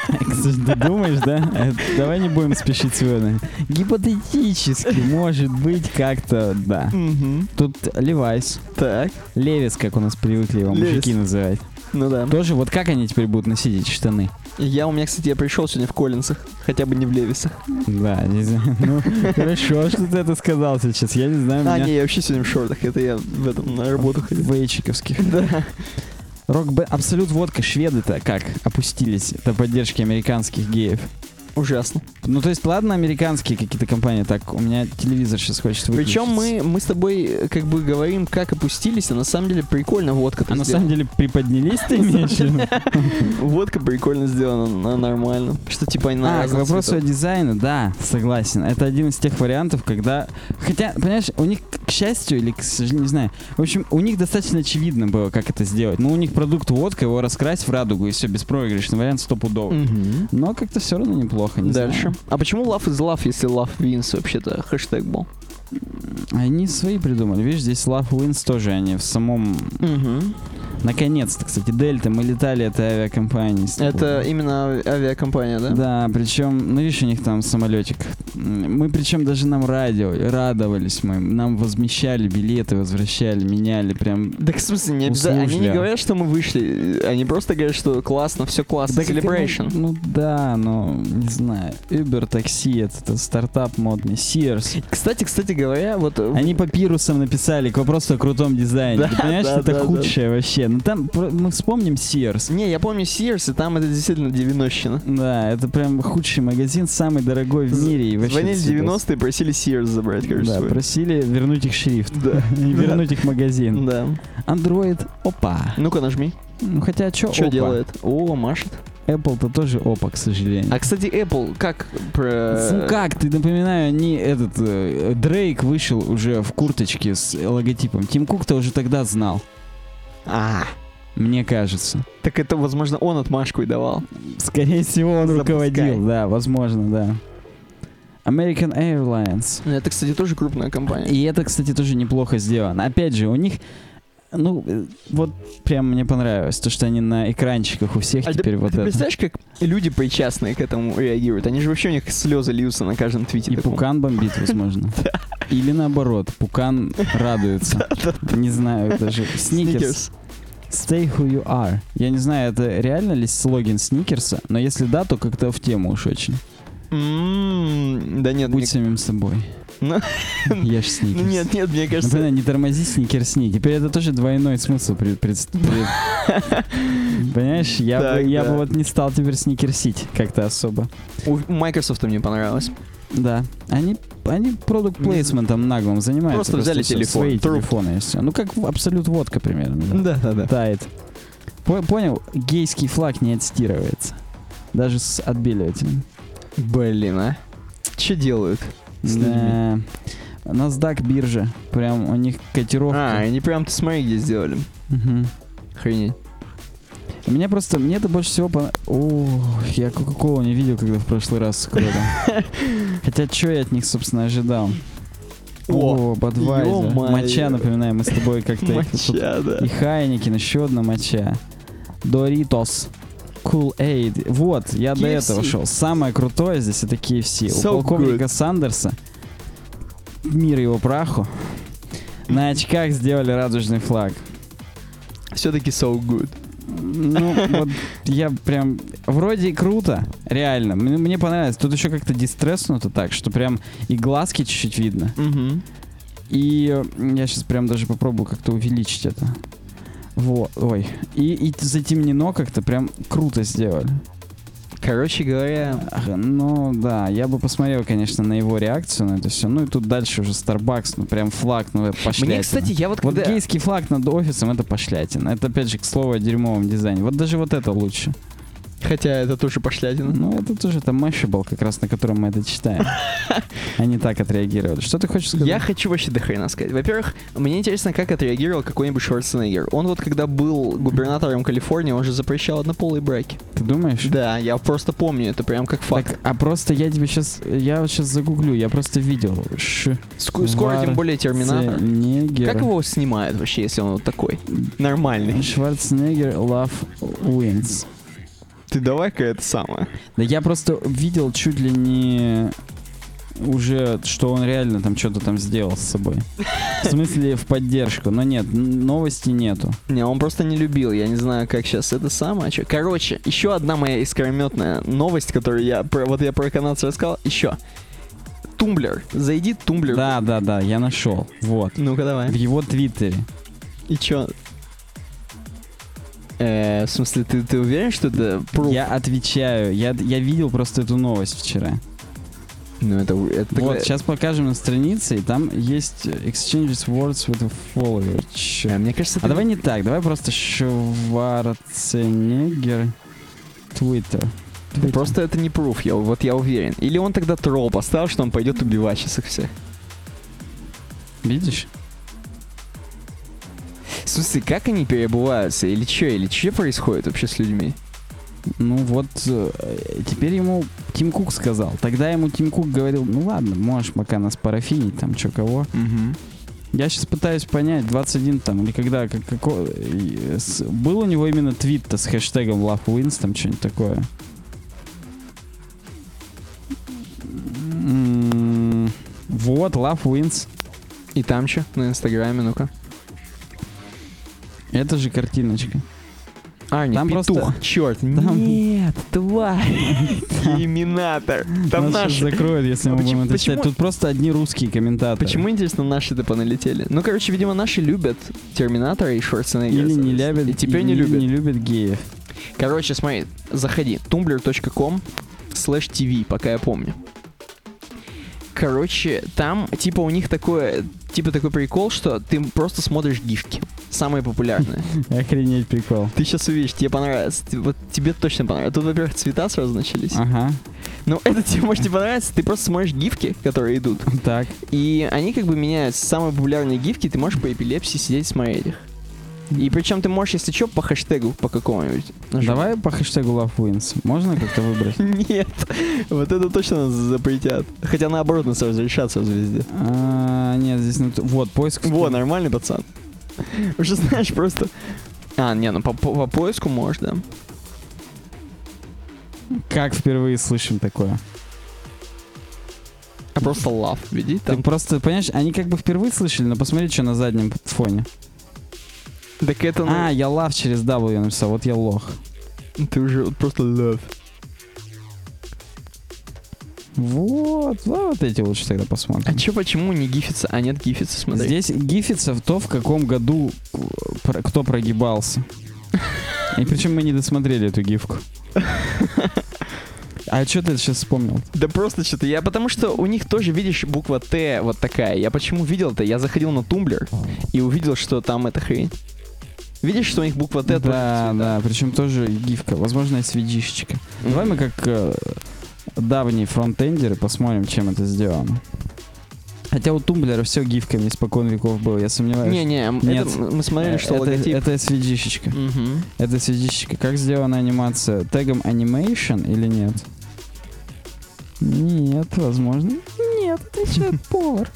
[SPEAKER 1] Кстати, Ты думаешь, да? Э, Давай не будем спешить сегодня. Гипотетически, может быть, как-то, да. Тут Левайс.
[SPEAKER 3] Так,
[SPEAKER 1] Левис, как у нас привыкли его
[SPEAKER 3] Левис.
[SPEAKER 1] мужики называть.
[SPEAKER 3] ну да.
[SPEAKER 1] Тоже, вот как они теперь будут носить эти штаны?
[SPEAKER 3] Я у меня, кстати, я пришел сегодня в Коллинсах, хотя бы не в Левисах.
[SPEAKER 1] Да, не знаю. <laughs> Ну, хорошо, что ты это сказал сейчас. Я не знаю, у
[SPEAKER 3] А,
[SPEAKER 1] меня
[SPEAKER 3] не, я вообще сегодня в шортах, это я в этом на работу ходил.
[SPEAKER 1] вейчиковских.
[SPEAKER 3] Да.
[SPEAKER 1] Рок Абсолют Водка шведы-то как опустились до поддержки американских геев.
[SPEAKER 3] Ужасно.
[SPEAKER 1] Ну, то есть, ладно, американские какие-то компании, так, у меня телевизор сейчас хочет выключить.
[SPEAKER 3] Причем мы, мы с тобой э, как бы говорим, как опустились, а на самом деле прикольно водка
[SPEAKER 1] А на самом деле ну. приподнялись
[SPEAKER 3] <laughs>
[SPEAKER 1] ты имеешь в виду?
[SPEAKER 3] Водка прикольно сделана, она нормально. Что типа на
[SPEAKER 1] А, к вопросу о дизайне, да, согласен. Это один из тех вариантов, когда... Хотя, понимаешь, у них, к счастью или к сожалению, не знаю, в общем, у них достаточно очевидно было, как это сделать. Ну, у них продукт водка, его раскрасить в радугу, и все, беспроигрышный вариант
[SPEAKER 3] ну,
[SPEAKER 1] стопудовый.
[SPEAKER 3] Мгм.
[SPEAKER 1] Но как-то все равно неплохо, не знаю.
[SPEAKER 3] Дальше. А почему love is love, если love wins вообще-то хэштег был?
[SPEAKER 1] Они свои придумали. Видишь, здесь Love Wins тоже они в самом...
[SPEAKER 3] Мгм.
[SPEAKER 1] Наконец-то, кстати, Дельта, мы летали этой авиакомпанией. с тобой.
[SPEAKER 3] Это именно ави- авиакомпания, да?
[SPEAKER 1] Да, причем, ну видишь, у них там самолетик. М, Мы причем даже нам радио, э, радовались мы, нам возмещали билеты, возвращали, меняли, прям...
[SPEAKER 3] Да, в смысле, не обязательно. Они не
[SPEAKER 1] Услужливо.
[SPEAKER 3] говорят, что мы вышли. э, Они просто говорят, что классно, все классно.
[SPEAKER 1] Да как-то,
[SPEAKER 3] Celebration.
[SPEAKER 1] Ну, ну да, но не знаю. Uber, такси, это, это стартап модный, Sears.
[SPEAKER 3] Кстати, кстати говоря, вот... э,
[SPEAKER 1] Они папирусом написали к вопросу о крутом дизайне.
[SPEAKER 3] Да,
[SPEAKER 1] Ты понимаешь,
[SPEAKER 3] да,
[SPEAKER 1] что это
[SPEAKER 3] да, да.
[SPEAKER 1] худшее вообще. Ну там про- мы вспомним Sears.
[SPEAKER 3] Не, я помню Sears, и там это действительно девяностщина.
[SPEAKER 1] Да, это прям худший магазин, самый дорогой в
[SPEAKER 3] З-
[SPEAKER 1] мире. и вообще
[SPEAKER 3] Звонили
[SPEAKER 1] всегда-
[SPEAKER 3] 90-е и просили Sears забрать, короче.
[SPEAKER 1] Да,
[SPEAKER 3] свой.
[SPEAKER 1] просили вернуть их шрифт.
[SPEAKER 3] Да.
[SPEAKER 1] И <laughs> вернуть их магазин.
[SPEAKER 3] Да.
[SPEAKER 1] Android, опа.
[SPEAKER 3] Ну-ка нажми.
[SPEAKER 1] Ну хотя, что
[SPEAKER 3] Что делает? О, машет.
[SPEAKER 1] Apple-то тоже опа, к сожалению.
[SPEAKER 3] А, э, кстати, Apple как про...
[SPEAKER 1] Ну как, ты напоминаю, они этот э, Дрейк вышел уже в курточке с логотипом. Тим Кук-то уже тогда знал,
[SPEAKER 3] А,
[SPEAKER 1] мне кажется.
[SPEAKER 3] так это, возможно, он отмашку и давал.
[SPEAKER 1] Скорее всего, он
[SPEAKER 3] Запускай.
[SPEAKER 1] руководил, да, возможно, да. American Airlines.
[SPEAKER 3] Ну, Это, кстати, тоже крупная компания.
[SPEAKER 1] И это, кстати, тоже неплохо сделано. Опять же, у них, ну, э, вот прям мне понравилось, то, что они на экранчиках у всех
[SPEAKER 3] А ты-
[SPEAKER 1] теперь вот
[SPEAKER 3] Ты
[SPEAKER 1] это.
[SPEAKER 3] представляешь, как люди причастные к этому реагируют? Они же вообще у них слезы льются на каждом твите.
[SPEAKER 1] И
[SPEAKER 3] таком.
[SPEAKER 1] пукан бомбит,
[SPEAKER 3] <laughs>
[SPEAKER 1] возможно. Или наоборот, пукан радуется. Не знаю даже. Сникерс.
[SPEAKER 3] Сникерс.
[SPEAKER 1] Stay who you are. Я не знаю, это реально ли слогин Сникерса, но если да, то как-то в тему уж очень.
[SPEAKER 3] М, М-м-м, Да нет, мне-
[SPEAKER 1] Будь самим собой.
[SPEAKER 3] Ну,
[SPEAKER 1] <laughs> Я ж
[SPEAKER 3] ну
[SPEAKER 1] Сникерс.
[SPEAKER 3] нет, нет, мне
[SPEAKER 1] Ну,
[SPEAKER 3] кажется,
[SPEAKER 1] понятно, не тормози, сникерсни. Теперь это тоже двойной смысл. пред- пред- пред-
[SPEAKER 3] <laughs>
[SPEAKER 1] Понимаешь, я,
[SPEAKER 3] Так,
[SPEAKER 1] бы, я
[SPEAKER 3] да.
[SPEAKER 1] бы вот не стал теперь сникерсить как-то особо.
[SPEAKER 3] у Microsoft мне понравилось.
[SPEAKER 1] Да. Они, они продукт плейсментом наглым занимаются.
[SPEAKER 3] Просто взяли
[SPEAKER 1] всё,
[SPEAKER 3] телефон,
[SPEAKER 1] Свои
[SPEAKER 3] трубку.
[SPEAKER 1] телефоны и всё. Ну, как в абсолют водка примерно. да.
[SPEAKER 3] да,
[SPEAKER 1] Тает. По- Понял? Гейский флаг не отстирывается. Даже с отбеливателем.
[SPEAKER 3] Блин, а. Че делают? С людьми.
[SPEAKER 1] Да. Э, NASDAQ биржа. Прям у них
[SPEAKER 3] А,
[SPEAKER 1] котировка.
[SPEAKER 3] они прям, ты смотри, где сделали.
[SPEAKER 1] Мгм.
[SPEAKER 3] Охренеть.
[SPEAKER 1] У меня просто, мне это больше всего понравилось. Ох, я Кока-Колу не видел, когда в прошлый раз с
[SPEAKER 3] <laughs>
[SPEAKER 1] Крэдом. Хотя, что я от них, собственно, ожидал?
[SPEAKER 3] О,
[SPEAKER 1] О, Бадвайзер.
[SPEAKER 3] ё-моё.
[SPEAKER 1] Моча, напоминаю, мы с тобой как-то... их тут-
[SPEAKER 3] Моча, да. ну,
[SPEAKER 1] И Хайникин, еще одна моча. Доритос. Cool Aid. Вот, я до
[SPEAKER 3] KFC.
[SPEAKER 1] этого шел. Самое крутое здесь это KFC.
[SPEAKER 3] So
[SPEAKER 1] У полковника Сандерса мир его праху. На очках сделали радужный флаг.
[SPEAKER 3] Все-таки so good.
[SPEAKER 1] Ну, вот я прям... Вроде и круто, реально. Мне, мне понравилось. Тут еще как-то дистресснуто так, что прям и глазки чуть-чуть видно.
[SPEAKER 3] Мгм.
[SPEAKER 1] И э, я сейчас прям даже попробую как-то увеличить это. Вот, ой. И, и затемнено как-то прям круто сделали.
[SPEAKER 3] Короче говоря,
[SPEAKER 1] Ах, Ну да, я бы посмотрел, конечно, на его реакцию на это все. Ну и тут дальше уже Starbucks, ну прям флаг, ну пошлятина.
[SPEAKER 3] Мне, кстати, я вот
[SPEAKER 1] вот
[SPEAKER 3] когда...
[SPEAKER 1] гейский флаг над офисом это пошлятина. Это опять же к слову о дерьмовом дизайне. Вот даже вот это лучше.
[SPEAKER 3] Хотя это тоже пошлятина.
[SPEAKER 1] Ну это тоже там был как раз на котором мы это
[SPEAKER 3] <laughs>
[SPEAKER 1] читаем. Они так отреагировали. Что ты хочешь сказать?
[SPEAKER 3] Я хочу вообще до хрена сказать. Во-первых, мне интересно, как отреагировал какой-нибудь Шварценеггер. Он вот когда был губернатором Калифорнии, он же запрещал однополые браки.
[SPEAKER 1] Ты думаешь?
[SPEAKER 3] Да, я просто помню, это прям как факт.
[SPEAKER 1] Так, а просто я тебе сейчас, я вот сейчас загуглю, я просто видел.
[SPEAKER 3] Ск- Скоро, тем более, Терминатор.
[SPEAKER 1] Шварценеггер.
[SPEAKER 3] Как его снимают вообще, если он вот такой? Нормальный.
[SPEAKER 1] Шварценеггер Love Wins.
[SPEAKER 3] Ты давай-ка это самое.
[SPEAKER 1] Да я просто видел чуть ли не уже, что он реально там что-то там сделал с собой. В смысле, в поддержку. Но нет, н- новости нету.
[SPEAKER 3] Не, он просто не любил, я не знаю, как сейчас это самое. а чё. Короче, еще одна моя искрометная новость, которую я... про- вот я про канадца рассказал. Еще. Тумблер. Зайди Тумблер.
[SPEAKER 1] Да, да, да, я нашел. Вот.
[SPEAKER 3] Ну-ка
[SPEAKER 1] В
[SPEAKER 3] давай.
[SPEAKER 1] его твиттере.
[SPEAKER 3] И чё? Э, в смысле, ты, ты уверен, что это proof?
[SPEAKER 1] Я отвечаю. Я, я видел просто эту новость вчера.
[SPEAKER 3] Ну, это... у- это
[SPEAKER 1] вот,
[SPEAKER 3] тогда-
[SPEAKER 1] сейчас покажем на странице, и там есть exchanges words with a follower. Чё-
[SPEAKER 3] Э, Мне кажется,
[SPEAKER 1] А
[SPEAKER 3] это-
[SPEAKER 1] давай не так, давай просто Шварценеггер Твиттер. Твиттер.
[SPEAKER 3] Просто это не пруф, я, вот я уверен. Или он тогда тролл поставил, что он пойдет убивать сейчас их всех.
[SPEAKER 1] Видишь?
[SPEAKER 3] В смысле, как они перебываются? Или че? Или че происходит вообще с людьми?
[SPEAKER 1] Ну вот, э, теперь ему Тим Кук сказал. Тогда ему Тим Кук говорил, ну ладно, можешь пока нас парафинить, там чё кого. Я сейчас пытаюсь понять, 21 там, или когда, как, како- э, с- был у него именно твит-то с хэштегом LoveWins, там что-нибудь такое. М, М-м, Вот, LoveWins.
[SPEAKER 3] И там че? На инстаграме, ну-ка.
[SPEAKER 1] Это же картиночка.
[SPEAKER 3] А, не,
[SPEAKER 1] Там
[SPEAKER 3] петух,
[SPEAKER 1] просто-
[SPEAKER 3] черт.
[SPEAKER 1] там-
[SPEAKER 3] <laughs> Нет, тварь.
[SPEAKER 1] Там-
[SPEAKER 3] Иллюминатор. Там
[SPEAKER 1] Нас
[SPEAKER 3] наши.
[SPEAKER 1] сейчас закроют, если
[SPEAKER 3] А
[SPEAKER 1] мы
[SPEAKER 3] почему-
[SPEAKER 1] будем это читать.
[SPEAKER 3] почему-
[SPEAKER 1] Тут просто одни русские комментаторы.
[SPEAKER 3] Почему, интересно, наши-то поналетели? Ну, короче, видимо, наши любят Терминатора и Шварценеггера.
[SPEAKER 1] Или не
[SPEAKER 3] соответственно.
[SPEAKER 1] любят,
[SPEAKER 3] И теперь не
[SPEAKER 1] или
[SPEAKER 3] любят.
[SPEAKER 1] не любят
[SPEAKER 3] <laughs>
[SPEAKER 1] геев.
[SPEAKER 3] Короче, смотри, заходи. tumblr.com slash tv, пока я помню. Короче, там типа у них такое, типа такой прикол, что ты просто смотришь гифки. Самые популярные.
[SPEAKER 1] Охренеть прикол.
[SPEAKER 3] Ты сейчас увидишь, тебе понравится. Ты- вот тебе точно понравится. Тут, во-первых, цвета сразу начались.
[SPEAKER 1] Ага,
[SPEAKER 3] Но <laughs> это тебе может не понравиться. Ты просто смотришь гифки, которые идут.
[SPEAKER 1] так.
[SPEAKER 3] И они как бы меняются. Самые популярные гифки, ты можешь по эпилепсии сидеть и смотреть их. И причем ты можешь, если что, по хэштегу по какому-нибудь. нажимать.
[SPEAKER 1] Давай по хэштегу LoveWins. Можно как-то выбрать?
[SPEAKER 3] Нет, вот это точно запретят. Хотя наоборот, нас разрешат сразу везде.
[SPEAKER 1] А, нет, здесь... на ту- Вот, поиск...
[SPEAKER 3] Во, нормальный пацан. Уже знаешь, просто... А, не, ну по, по- по поиску можно.
[SPEAKER 1] Как впервые слышим такое?
[SPEAKER 3] А просто лав, види,
[SPEAKER 1] Ты
[SPEAKER 3] там.
[SPEAKER 1] просто, понимаешь, они как бы впервые слышали, но посмотри, что на заднем фоне.
[SPEAKER 3] Так это, ну,
[SPEAKER 1] А, я лав через W написал, вот я лох.
[SPEAKER 3] ты уже вот просто лав.
[SPEAKER 1] Вот, да, вот эти лучше тогда
[SPEAKER 3] А
[SPEAKER 1] посмотрим.
[SPEAKER 3] чё, почему не гифится? А нет, гифится, смотри.
[SPEAKER 1] Здесь гифится в то, в каком году э, про- кто прогибался. И причем мы не досмотрели эту
[SPEAKER 3] <laughs>
[SPEAKER 1] гифку. А что ты сейчас вспомнил?
[SPEAKER 3] Да просто что-то я, потому что у них тоже, видишь, буква Т вот такая. Я почему видел-то? Я заходил на тумблер и увидел, что там эта хрень. Видишь, что у них буква Т? тоже
[SPEAKER 1] да,
[SPEAKER 3] цвета?
[SPEAKER 1] да, причем тоже гифка, возможно, сведишечка. Давай мы как э, давние фронтендеры посмотрим, чем это сделано. Хотя у Тумблера все гифками испокон веков было, я сомневаюсь.
[SPEAKER 3] Не-не, м- Э, это
[SPEAKER 1] Нет.
[SPEAKER 3] м- мы смотрели, что
[SPEAKER 1] это,
[SPEAKER 3] логотип.
[SPEAKER 1] это SVG-шечка.
[SPEAKER 3] Мгм.
[SPEAKER 1] Это SVG -шечка. Как сделана анимация? Тегом animation или нет? Нет, возможно. Нет, отвечает повар.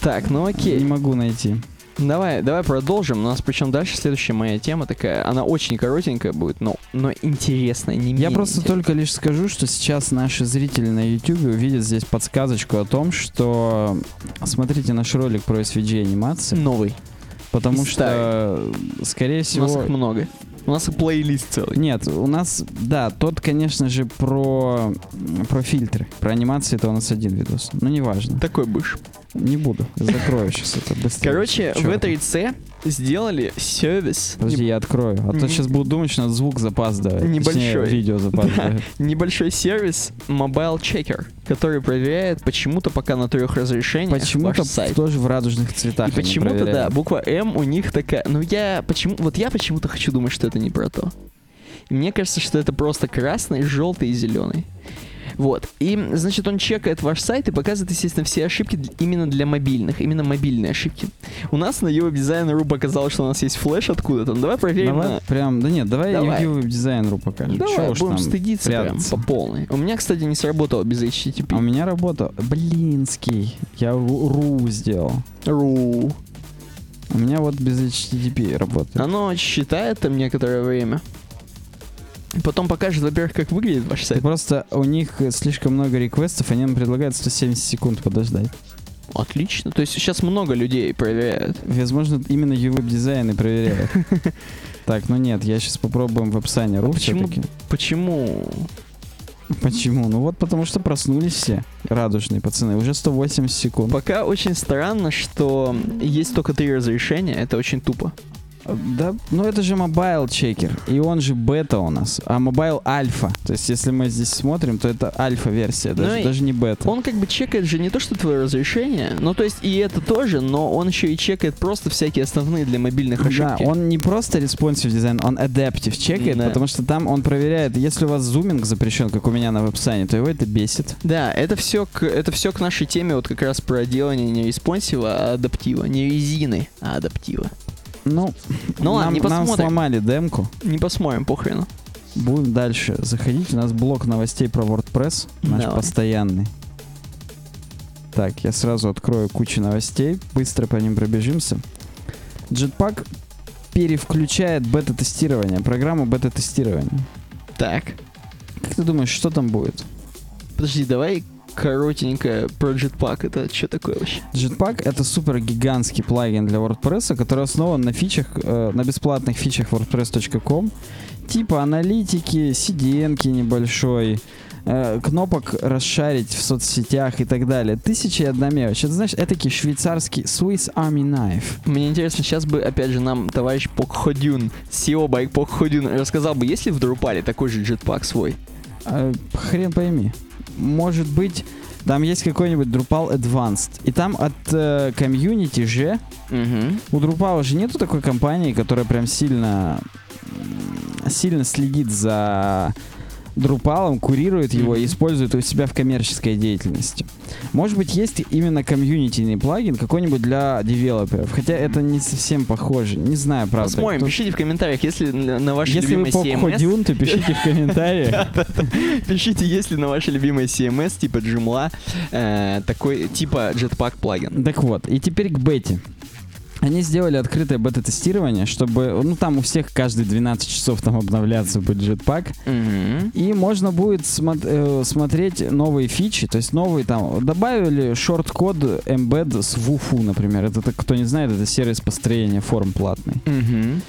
[SPEAKER 3] Так, ну
[SPEAKER 1] Не
[SPEAKER 3] окей.
[SPEAKER 1] могу найти.
[SPEAKER 3] Давай, давай продолжим. У нас причем дальше следующая моя тема такая. Она очень коротенькая будет, но, но интересная, не менее
[SPEAKER 1] Я просто
[SPEAKER 3] интересная.
[SPEAKER 1] только лишь скажу, что сейчас наши зрители на YouTube увидят здесь подсказочку о том, что смотрите наш ролик про SVG анимации,
[SPEAKER 3] новый.
[SPEAKER 1] потому
[SPEAKER 3] И
[SPEAKER 1] что, скорее
[SPEAKER 3] У нас
[SPEAKER 1] всего...
[SPEAKER 3] их много. У нас и плейлист целый.
[SPEAKER 1] Нет, у нас, да, тот, конечно же, про, про фильтры. Про анимации это у нас один видос. Ну, неважно.
[SPEAKER 3] Такой быш.
[SPEAKER 1] Не буду.
[SPEAKER 3] <laughs>
[SPEAKER 1] Закрою сейчас это быстрее.
[SPEAKER 3] Короче, в
[SPEAKER 1] Чёрт.
[SPEAKER 3] этой C сделали сервис.
[SPEAKER 1] Подожди, я открою. А то
[SPEAKER 3] Не-
[SPEAKER 1] сейчас будут думать, что звук запаздывает. Точнее,
[SPEAKER 3] Небольшой. <laughs>
[SPEAKER 1] видео запаздывает.
[SPEAKER 3] Небольшой сервис Mobile Checker, который проверяет почему-то пока на трех разрешениях
[SPEAKER 1] Почему-то
[SPEAKER 3] ваш сайт.
[SPEAKER 1] тоже в радужных цветах.
[SPEAKER 3] И
[SPEAKER 1] они
[SPEAKER 3] почему-то,
[SPEAKER 1] проверяют.
[SPEAKER 3] да, буква М у них такая. Ну я почему. Вот я почему-то хочу думать, что это не про то. И Мне кажется, что это просто красный, желтый и зеленый. Вот. И, значит, он чекает ваш сайт и показывает, естественно, все ошибки д- именно для мобильных. Именно мобильные ошибки. У нас на его дизайнеру показалось, что у нас есть флеш откуда-то. Ну, давай проверим
[SPEAKER 1] Давай
[SPEAKER 3] на-
[SPEAKER 1] прям, да нет, давай,
[SPEAKER 3] Давай.
[SPEAKER 1] давай. дизайнеру покажем.
[SPEAKER 3] Давай,
[SPEAKER 1] Чё уж
[SPEAKER 3] будем
[SPEAKER 1] там
[SPEAKER 3] стыдиться прям
[SPEAKER 1] прятаться.
[SPEAKER 3] по полной. У меня, кстати, не сработало без
[SPEAKER 1] А у
[SPEAKER 3] HTTP.
[SPEAKER 1] меня работа. Блинский. Я ру ру сделал.
[SPEAKER 3] Ру.
[SPEAKER 1] У меня вот без HTTP работает.
[SPEAKER 3] Оно считает там некоторое время. И Потом покажет, во-первых, как выглядит ваш
[SPEAKER 1] Ты
[SPEAKER 3] сайт.
[SPEAKER 1] просто у них э, слишком много реквестов, они нам предлагают 170 секунд подождать.
[SPEAKER 3] Отлично. То есть сейчас много людей проверяют.
[SPEAKER 1] Возможно, именно веб дизайн и
[SPEAKER 3] <laughs>
[SPEAKER 1] проверяют. Так, ну нет, я сейчас попробуем в описании ру
[SPEAKER 3] А почему?
[SPEAKER 1] все-таки.
[SPEAKER 3] Почему?
[SPEAKER 1] Почему? Ну вот потому что проснулись все радужные пацаны. Уже 180 секунд.
[SPEAKER 3] Пока очень странно, что есть только три разрешения. Это очень тупо.
[SPEAKER 1] Да, ну это же мобайл чекер, и он же бета у нас, а мобайл альфа. То есть если мы здесь смотрим, то это альфа-версия, даже,
[SPEAKER 3] Ну и
[SPEAKER 1] даже не бета.
[SPEAKER 3] Он как бы чекает же не то, что твое разрешение, ну то есть и это тоже, но он еще и чекает просто всякие основные для мобильных
[SPEAKER 1] Да,
[SPEAKER 3] ошибки.
[SPEAKER 1] он не просто responsive дизайн, он adaptive чекает,
[SPEAKER 3] Да.
[SPEAKER 1] потому что там он проверяет, если у вас зуминг запрещен, как у меня на веб-сайне, то его это бесит.
[SPEAKER 3] Да, это все к это все к нашей теме вот как раз про делание не респонсива, а адаптива, не резины, а адаптива.
[SPEAKER 1] Ну,
[SPEAKER 3] Ну ладно,
[SPEAKER 1] нам,
[SPEAKER 3] не
[SPEAKER 1] нам
[SPEAKER 3] посмотрим.
[SPEAKER 1] сломали демку.
[SPEAKER 3] Не посмотрим, похрену.
[SPEAKER 1] Будем дальше заходить. У нас блок новостей про WordPress, наш
[SPEAKER 3] Давай.
[SPEAKER 1] постоянный. Так, я сразу открою кучу новостей, быстро по ним пробежимся. Jetpack перевключает бета-тестирование, программу бета-тестирования.
[SPEAKER 3] Так,
[SPEAKER 1] Как ты думаешь, что там будет?
[SPEAKER 3] подожди, давай коротенько про Jetpack, это что такое вообще?
[SPEAKER 1] Jetpack — это супер гигантский плагин для WordPress, который основан на фичах, э, на бесплатных фичах WordPress.com, типа аналитики, CDN небольшой, э, кнопок расшарить в соцсетях и так далее. Тысяча и одна мелочь. Это, знаешь, этакий швейцарский Swiss Army Knife.
[SPEAKER 3] Мне интересно, сейчас бы, опять же, нам товарищ Покходюн, SEO Байк Покходюн, рассказал бы, есть ли в Друпале такой же джетпак свой?
[SPEAKER 1] Э, хрен пойми. Может быть, там есть какой-нибудь Drupal Advanced. И там от э, комьюнити же
[SPEAKER 3] Угу.
[SPEAKER 1] У Drupal же нету такой компании, которая прям сильно м, сильно следит за Drupal, курирует его и
[SPEAKER 3] Мгм.
[SPEAKER 1] использует у себя в коммерческой деятельности. Может быть, есть именно комьюнитиный плагин какой-нибудь для девелоперов, хотя это не совсем похоже. Не знаю, правда.
[SPEAKER 3] Посмотрим,
[SPEAKER 1] Тут-
[SPEAKER 3] пишите в комментариях, если на на ваши
[SPEAKER 1] Если вы
[SPEAKER 3] любимые
[SPEAKER 1] по
[SPEAKER 3] CMS,
[SPEAKER 1] Ходюн, то пишите
[SPEAKER 3] <laughs>
[SPEAKER 1] в комментариях.
[SPEAKER 3] эм пишите, если на ваши любимые CMS, типа Joomla, э, такой, типа Jetpack плагин.
[SPEAKER 1] Так вот, и теперь к бете. Они сделали открытое бета-тестирование, чтобы... Ну, там у всех каждые 12 часов там обновляться будет джетпак.
[SPEAKER 3] Угу.
[SPEAKER 1] И можно будет смо- э, смотреть новые фичи, то есть новые там. Добавили шорт-код embed с вуфу, например. Это, так, кто не знает, это сервис построения форм платный.
[SPEAKER 3] Угу.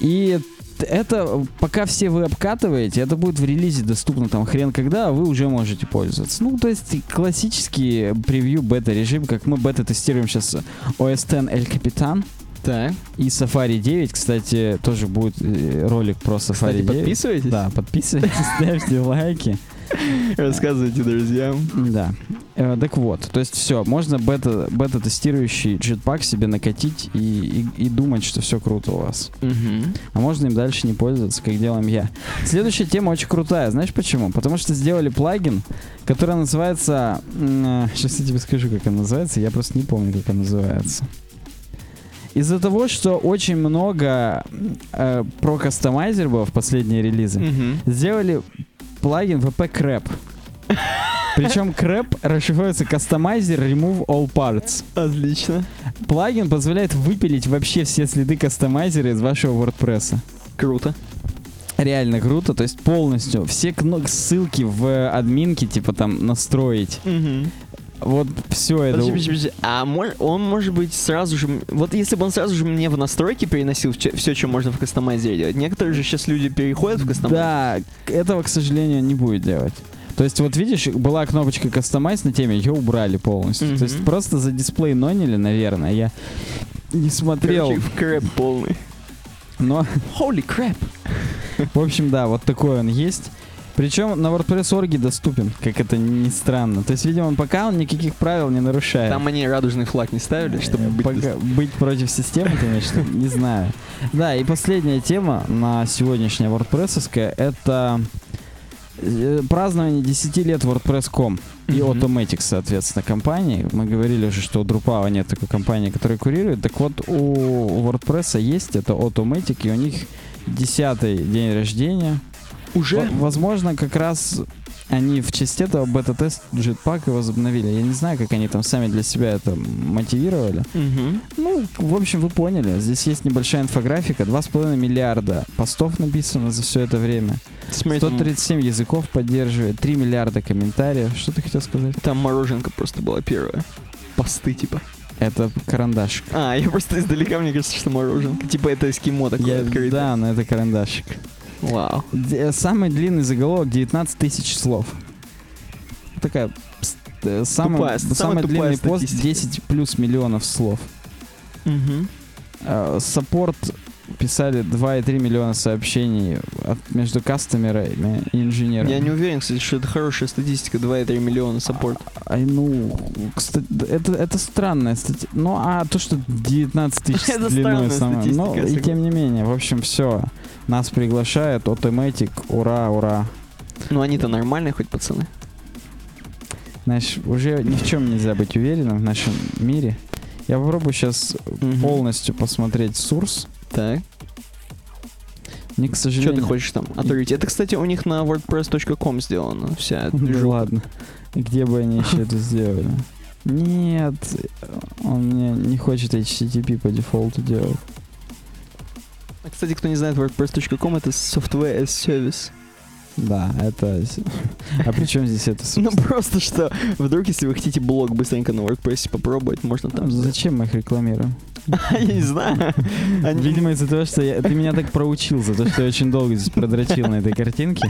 [SPEAKER 1] И т- это, пока все вы обкатываете, это будет в релизе доступно там хрен когда, а вы уже можете пользоваться. Ну, то есть классический превью бета-режим, как мы бета-тестируем сейчас OS X El Capitan
[SPEAKER 3] Так,
[SPEAKER 1] и Safari 9. Кстати, тоже будет э, ролик про Safari
[SPEAKER 3] кстати,
[SPEAKER 1] 9.
[SPEAKER 3] подписывайтесь,
[SPEAKER 1] Да, подписывайтесь, ставьте лайки.
[SPEAKER 3] <laughs> рассказывайте друзьям.
[SPEAKER 1] Да. Э, так вот, то есть все, можно бета, бета-тестирующий джетпак себе накатить и, и, и думать, что все круто у вас.
[SPEAKER 3] Угу.
[SPEAKER 1] А можно им дальше не пользоваться, как делаем я. Следующая тема очень крутая. Знаешь почему? Потому что сделали плагин, который называется... Сейчас я тебе скажу, как он называется. Я просто не помню, как он называется. Из-за того, что очень много э, про кастомайзер было в последние релизы,
[SPEAKER 3] Угу.
[SPEAKER 1] сделали плагин VP Crap. Причем Crap расшифровывается Customizer Remove All Parts.
[SPEAKER 3] Отлично.
[SPEAKER 1] Плагин позволяет выпилить вообще все следы кастомайзера из вашего WordPress.
[SPEAKER 3] Круто.
[SPEAKER 1] Реально круто, то есть полностью все кно- ссылки в админке, типа там настроить.
[SPEAKER 3] Угу.
[SPEAKER 1] Вот все это.
[SPEAKER 3] Подожди, подожди, подожди. А мож- он, может быть, сразу же... м- Вот если бы он сразу же мне в настройки переносил все, что можно в кастомайзере делать. Некоторые же сейчас люди переходят в кастомайзер.
[SPEAKER 1] Да, к- этого, к сожалению, не будет делать. То есть, вот видишь, была кнопочка кастомайз на теме, ее убрали полностью.
[SPEAKER 3] Мгм.
[SPEAKER 1] То есть просто за дисплей нонили, наверное. Я не смотрел.
[SPEAKER 3] Короче, в крэп полный.
[SPEAKER 1] Но,
[SPEAKER 3] Holy crap.
[SPEAKER 1] <laughs> в общем, да, вот такой он есть. Причем на WordPress.org доступен, как это ни странно. То есть, видимо, он пока он никаких правил не нарушает.
[SPEAKER 3] Там они радужный флаг не ставили, чтобы быть...
[SPEAKER 1] Э, Пока- быть против системы,
[SPEAKER 3] <laughs>
[SPEAKER 1] конечно, не знаю. Да, и последняя тема на сегодняшняя WordPress это э, празднование 10 лет WordPress.com и
[SPEAKER 3] Мгм.
[SPEAKER 1] Automatic, соответственно, компании. Мы говорили уже, что у Drupal нет такой компании, которая курирует. Так вот, у WordPress есть это Automatic, и у них 10 день рождения.
[SPEAKER 3] Уже?
[SPEAKER 1] В- Возможно, как раз они в честь этого бета-тест Jetpack возобновили. Я не знаю, как они там сами для себя это мотивировали.
[SPEAKER 3] Мгм.
[SPEAKER 1] Ну, в общем, вы поняли. Здесь есть небольшая инфографика. 2,5 миллиарда постов написано за все это время.
[SPEAKER 3] Смотри, там-
[SPEAKER 1] 137 языков поддерживает. 3 миллиарда комментариев. Что ты хотел сказать?
[SPEAKER 3] там мороженка просто была первая. Посты, типа.
[SPEAKER 1] Это карандашик.
[SPEAKER 3] А, я просто издалека, мне кажется, что мороженка. Типа это эскимо
[SPEAKER 1] Я-
[SPEAKER 3] такое открытое.
[SPEAKER 1] да, но это карандашик.
[SPEAKER 3] Вау.
[SPEAKER 1] Д- э, самый длинный заголовок 19 тысяч слов. Такая пс- э, самый,
[SPEAKER 3] Тупая,
[SPEAKER 1] самый
[SPEAKER 3] самая тупая
[SPEAKER 1] длинный пост
[SPEAKER 3] статистика.
[SPEAKER 1] 10 плюс миллионов слов.
[SPEAKER 3] Мгм.
[SPEAKER 1] Э, А, Саппорт писали 2,3 миллиона сообщений от- между кастомерами и инженером.
[SPEAKER 3] Я не уверен, кстати, что это хорошая статистика, 2,3 миллиона саппорт.
[SPEAKER 1] Ай, ну, кстати, да, это, это странная статистика. Ну, а то, что 19 тысяч
[SPEAKER 3] Это
[SPEAKER 1] с длиной
[SPEAKER 3] странная
[SPEAKER 1] сама.
[SPEAKER 3] статистика,
[SPEAKER 1] Ну,
[SPEAKER 3] я
[SPEAKER 1] и
[SPEAKER 3] согласен.
[SPEAKER 1] тем не менее, в общем, все. Нас приглашает Automatic, ура, ура.
[SPEAKER 3] Ну они-то нормальные хоть пацаны.
[SPEAKER 1] Знаешь, уже ни в чем нельзя быть уверенным в нашем мире. Я попробую сейчас полностью посмотреть Сурс.
[SPEAKER 3] Так.
[SPEAKER 1] Мне, к
[SPEAKER 3] Что
[SPEAKER 1] сожалению...
[SPEAKER 3] ты хочешь там отрыть? Это, кстати, у них на wordpress.com сделано вся
[SPEAKER 1] <laughs> Ну
[SPEAKER 3] движуха.
[SPEAKER 1] ладно. Где бы они еще это сделали? Нет, он мне не хочет HTTP по дефолту делать.
[SPEAKER 3] А, Кстати, кто не знает, wordpress.com это software as service. <laughs>
[SPEAKER 1] Да, это... с- <laughs> А при чем здесь это?
[SPEAKER 3] Ну
[SPEAKER 1] собственно?
[SPEAKER 3] просто что, вдруг если вы хотите блог быстренько на WordPress попробовать, можно там.
[SPEAKER 1] Зачем мы их рекламируем?
[SPEAKER 3] <laughs> Я
[SPEAKER 1] <laughs>
[SPEAKER 3] не знаю. Они-
[SPEAKER 1] Видимо, из-за того, что я- ты меня так проучил, за то, что я очень долго здесь продрочил на этой картинке.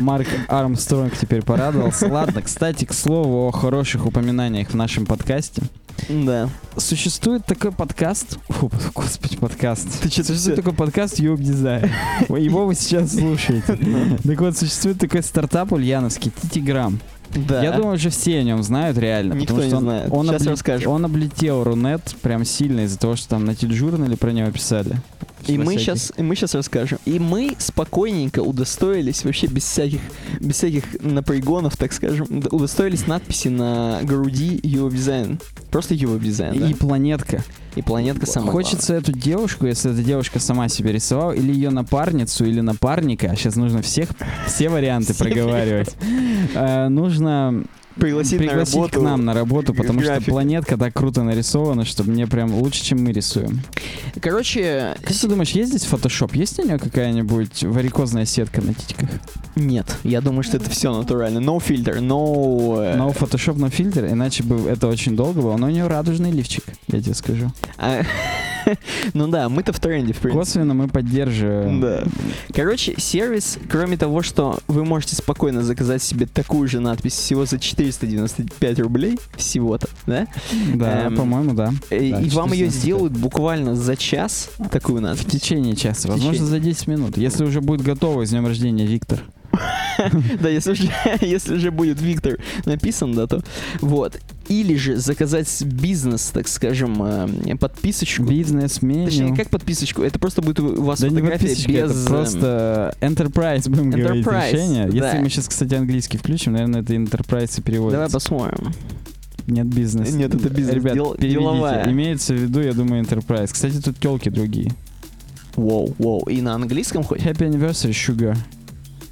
[SPEAKER 1] Марк Армстронг теперь порадовался. Ладно, кстати, к слову о хороших упоминаниях в нашем подкасте.
[SPEAKER 3] Да.
[SPEAKER 1] Существует такой подкаст... Фу, господи, подкаст.
[SPEAKER 3] Ты что-то
[SPEAKER 1] Существует такой подкаст Юб Дизайн. Вы- Его вы сейчас слушаете. Так вот, существует такой стартап ульяновский, Титиграм.
[SPEAKER 3] Да.
[SPEAKER 1] Я думаю, уже все о нем знают реально.
[SPEAKER 3] Никто
[SPEAKER 1] потому
[SPEAKER 3] не
[SPEAKER 1] что он,
[SPEAKER 3] знает.
[SPEAKER 1] Он,
[SPEAKER 3] Сейчас
[SPEAKER 1] обле-
[SPEAKER 3] расскажем.
[SPEAKER 1] он облетел Рунет прям сильно из-за того, что там на тележурнале про него писали. Типа
[SPEAKER 3] И
[SPEAKER 1] Во
[SPEAKER 3] мы,
[SPEAKER 1] всяких.
[SPEAKER 3] сейчас, и мы сейчас расскажем. И мы спокойненько удостоились, вообще без всяких, без всяких напрягонов, так скажем, д- удостоились надписи на груди его дизайн. Просто его дизайн, да.
[SPEAKER 1] И планетка.
[SPEAKER 3] И планетка сама.
[SPEAKER 1] Хочется эту девушку, если эта девушка сама себе рисовала, или ее напарницу, или напарника. Сейчас нужно всех, все варианты
[SPEAKER 3] Все
[SPEAKER 1] проговаривать. Э, Нужно
[SPEAKER 3] главное. пригласить, на работу.
[SPEAKER 1] к нам на работу, потому что
[SPEAKER 3] графика.
[SPEAKER 1] планетка так круто нарисована, что мне прям лучше, чем мы рисуем.
[SPEAKER 3] Короче,
[SPEAKER 1] Как ты думаешь, есть здесь фотошоп? Есть у нее какая-нибудь варикозная сетка на титьках?
[SPEAKER 3] нет. Я думаю, что это все натурально. No filter, no... э,
[SPEAKER 1] Но фотошоп, но фильтр, иначе бы это очень долго было. Но у нее радужный лифчик, я тебе скажу.
[SPEAKER 3] а, ну да, мы-то в тренде, в принципе.
[SPEAKER 1] Косвенно мы поддерживаем.
[SPEAKER 3] Да. Короче, сервис, кроме того, что вы можете спокойно заказать себе такую же надпись всего за 495 рублей, всего-то, да?
[SPEAKER 1] Да,
[SPEAKER 3] Эм,
[SPEAKER 1] по-моему, да.
[SPEAKER 3] Э, И,
[SPEAKER 1] Да,
[SPEAKER 3] вам ее
[SPEAKER 1] 495.
[SPEAKER 3] сделают буквально за час, такую
[SPEAKER 1] В
[SPEAKER 3] надпись.
[SPEAKER 1] течение часа,
[SPEAKER 3] В
[SPEAKER 1] возможно,
[SPEAKER 3] течение.
[SPEAKER 1] за 10 минут. Если уже будет готово, с днем рождения, Виктор.
[SPEAKER 3] Да, если же, <laughs> если же будет Виктор написан, да, то вот. Или же заказать с бизнес, так скажем, э, подписочку. Точнее,
[SPEAKER 1] Бизнес-меню.
[SPEAKER 3] как подписочку? Это просто будет у вас
[SPEAKER 1] Да не
[SPEAKER 3] фотография
[SPEAKER 1] подписчики,
[SPEAKER 3] без...
[SPEAKER 1] это
[SPEAKER 3] э,
[SPEAKER 1] просто Enterprise, будем говорить,
[SPEAKER 3] Enterprise,
[SPEAKER 1] решение.
[SPEAKER 3] да.
[SPEAKER 1] Если мы сейчас, кстати, английский включим, наверное, это Enterprise и переводится.
[SPEAKER 3] Давай посмотрим.
[SPEAKER 1] Нет, бизнес.
[SPEAKER 3] Нет, это бизнес.
[SPEAKER 1] Ребят,
[SPEAKER 3] Дел-
[SPEAKER 1] переведите.
[SPEAKER 3] деловая.
[SPEAKER 1] Имеется в виду, я думаю, Enterprise. Кстати, тут телки другие.
[SPEAKER 3] Воу, воу. И на английском хоть?
[SPEAKER 1] Happy Anniversary Sugar.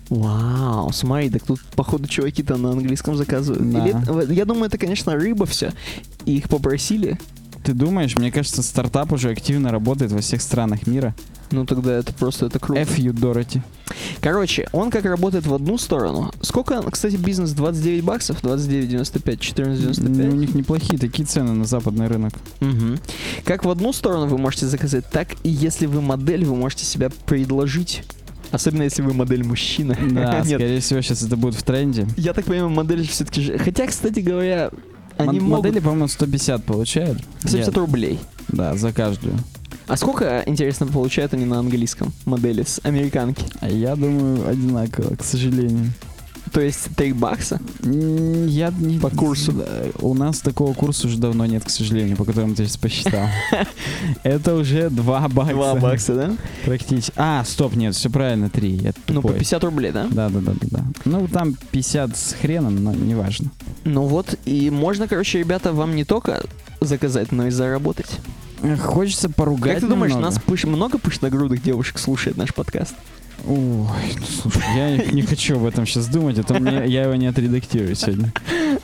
[SPEAKER 3] Вау, смотри, так тут, походу, чуваки-то на английском заказывают.
[SPEAKER 1] Да.
[SPEAKER 3] Или это- я думаю, это, конечно, рыба все. И их попросили.
[SPEAKER 1] Ты думаешь, мне кажется, стартап уже активно работает во всех странах мира.
[SPEAKER 3] Ну тогда это просто это круто.
[SPEAKER 1] F you, Дороти.
[SPEAKER 3] Короче, он как работает в одну сторону. Сколько, кстати, бизнес 29 баксов,
[SPEAKER 1] Ну, У
[SPEAKER 3] 29,95, 14,95.
[SPEAKER 1] них неплохие такие цены на западный
[SPEAKER 3] <laughs>
[SPEAKER 1] рынок.
[SPEAKER 3] Мгм. Как в одну сторону вы можете заказать, так и если вы модель, вы можете себя предложить. Особенно если вы модель мужчина.
[SPEAKER 1] Да,
[SPEAKER 3] <laughs> Нет,
[SPEAKER 1] скорее всего, сейчас это будет в тренде.
[SPEAKER 3] я так понимаю, модель все-таки же. Хотя, кстати говоря, они
[SPEAKER 1] Мон-
[SPEAKER 3] могут
[SPEAKER 1] Модели, по-моему, 150 получают.
[SPEAKER 3] 70
[SPEAKER 1] Я-
[SPEAKER 3] рублей.
[SPEAKER 1] Да, за каждую.
[SPEAKER 3] А сколько, интересно, получают они на английском модели с американки?
[SPEAKER 1] А Я думаю, одинаково, к сожалению.
[SPEAKER 3] То есть 3 бакса?
[SPEAKER 1] М, Я не...
[SPEAKER 3] По курсу.
[SPEAKER 1] Да, У нас такого курса уже давно нет, к сожалению, по которому ты сейчас
[SPEAKER 3] <laughs>
[SPEAKER 1] посчитал. Это уже 2 бакса.
[SPEAKER 3] Два бакса, да?
[SPEAKER 1] Практически. А, стоп, нет, все правильно, 3. Я
[SPEAKER 3] Ну, по
[SPEAKER 1] тупой.
[SPEAKER 3] 50 рублей, да?
[SPEAKER 1] Да, да, да, да, да. Ну, там 50 с хреном, но неважно.
[SPEAKER 3] Ну вот, и можно, короче, ребята, вам не только заказать, но и заработать.
[SPEAKER 1] Эх, Хочется поругать
[SPEAKER 3] как ты думаешь,
[SPEAKER 1] немного.
[SPEAKER 3] нас пыш... много пышногрудых девушек слушает наш подкаст?
[SPEAKER 1] Ой, ну, слушай, я не- не хочу об этом сейчас думать, а то мне- я его не отредактирую сегодня.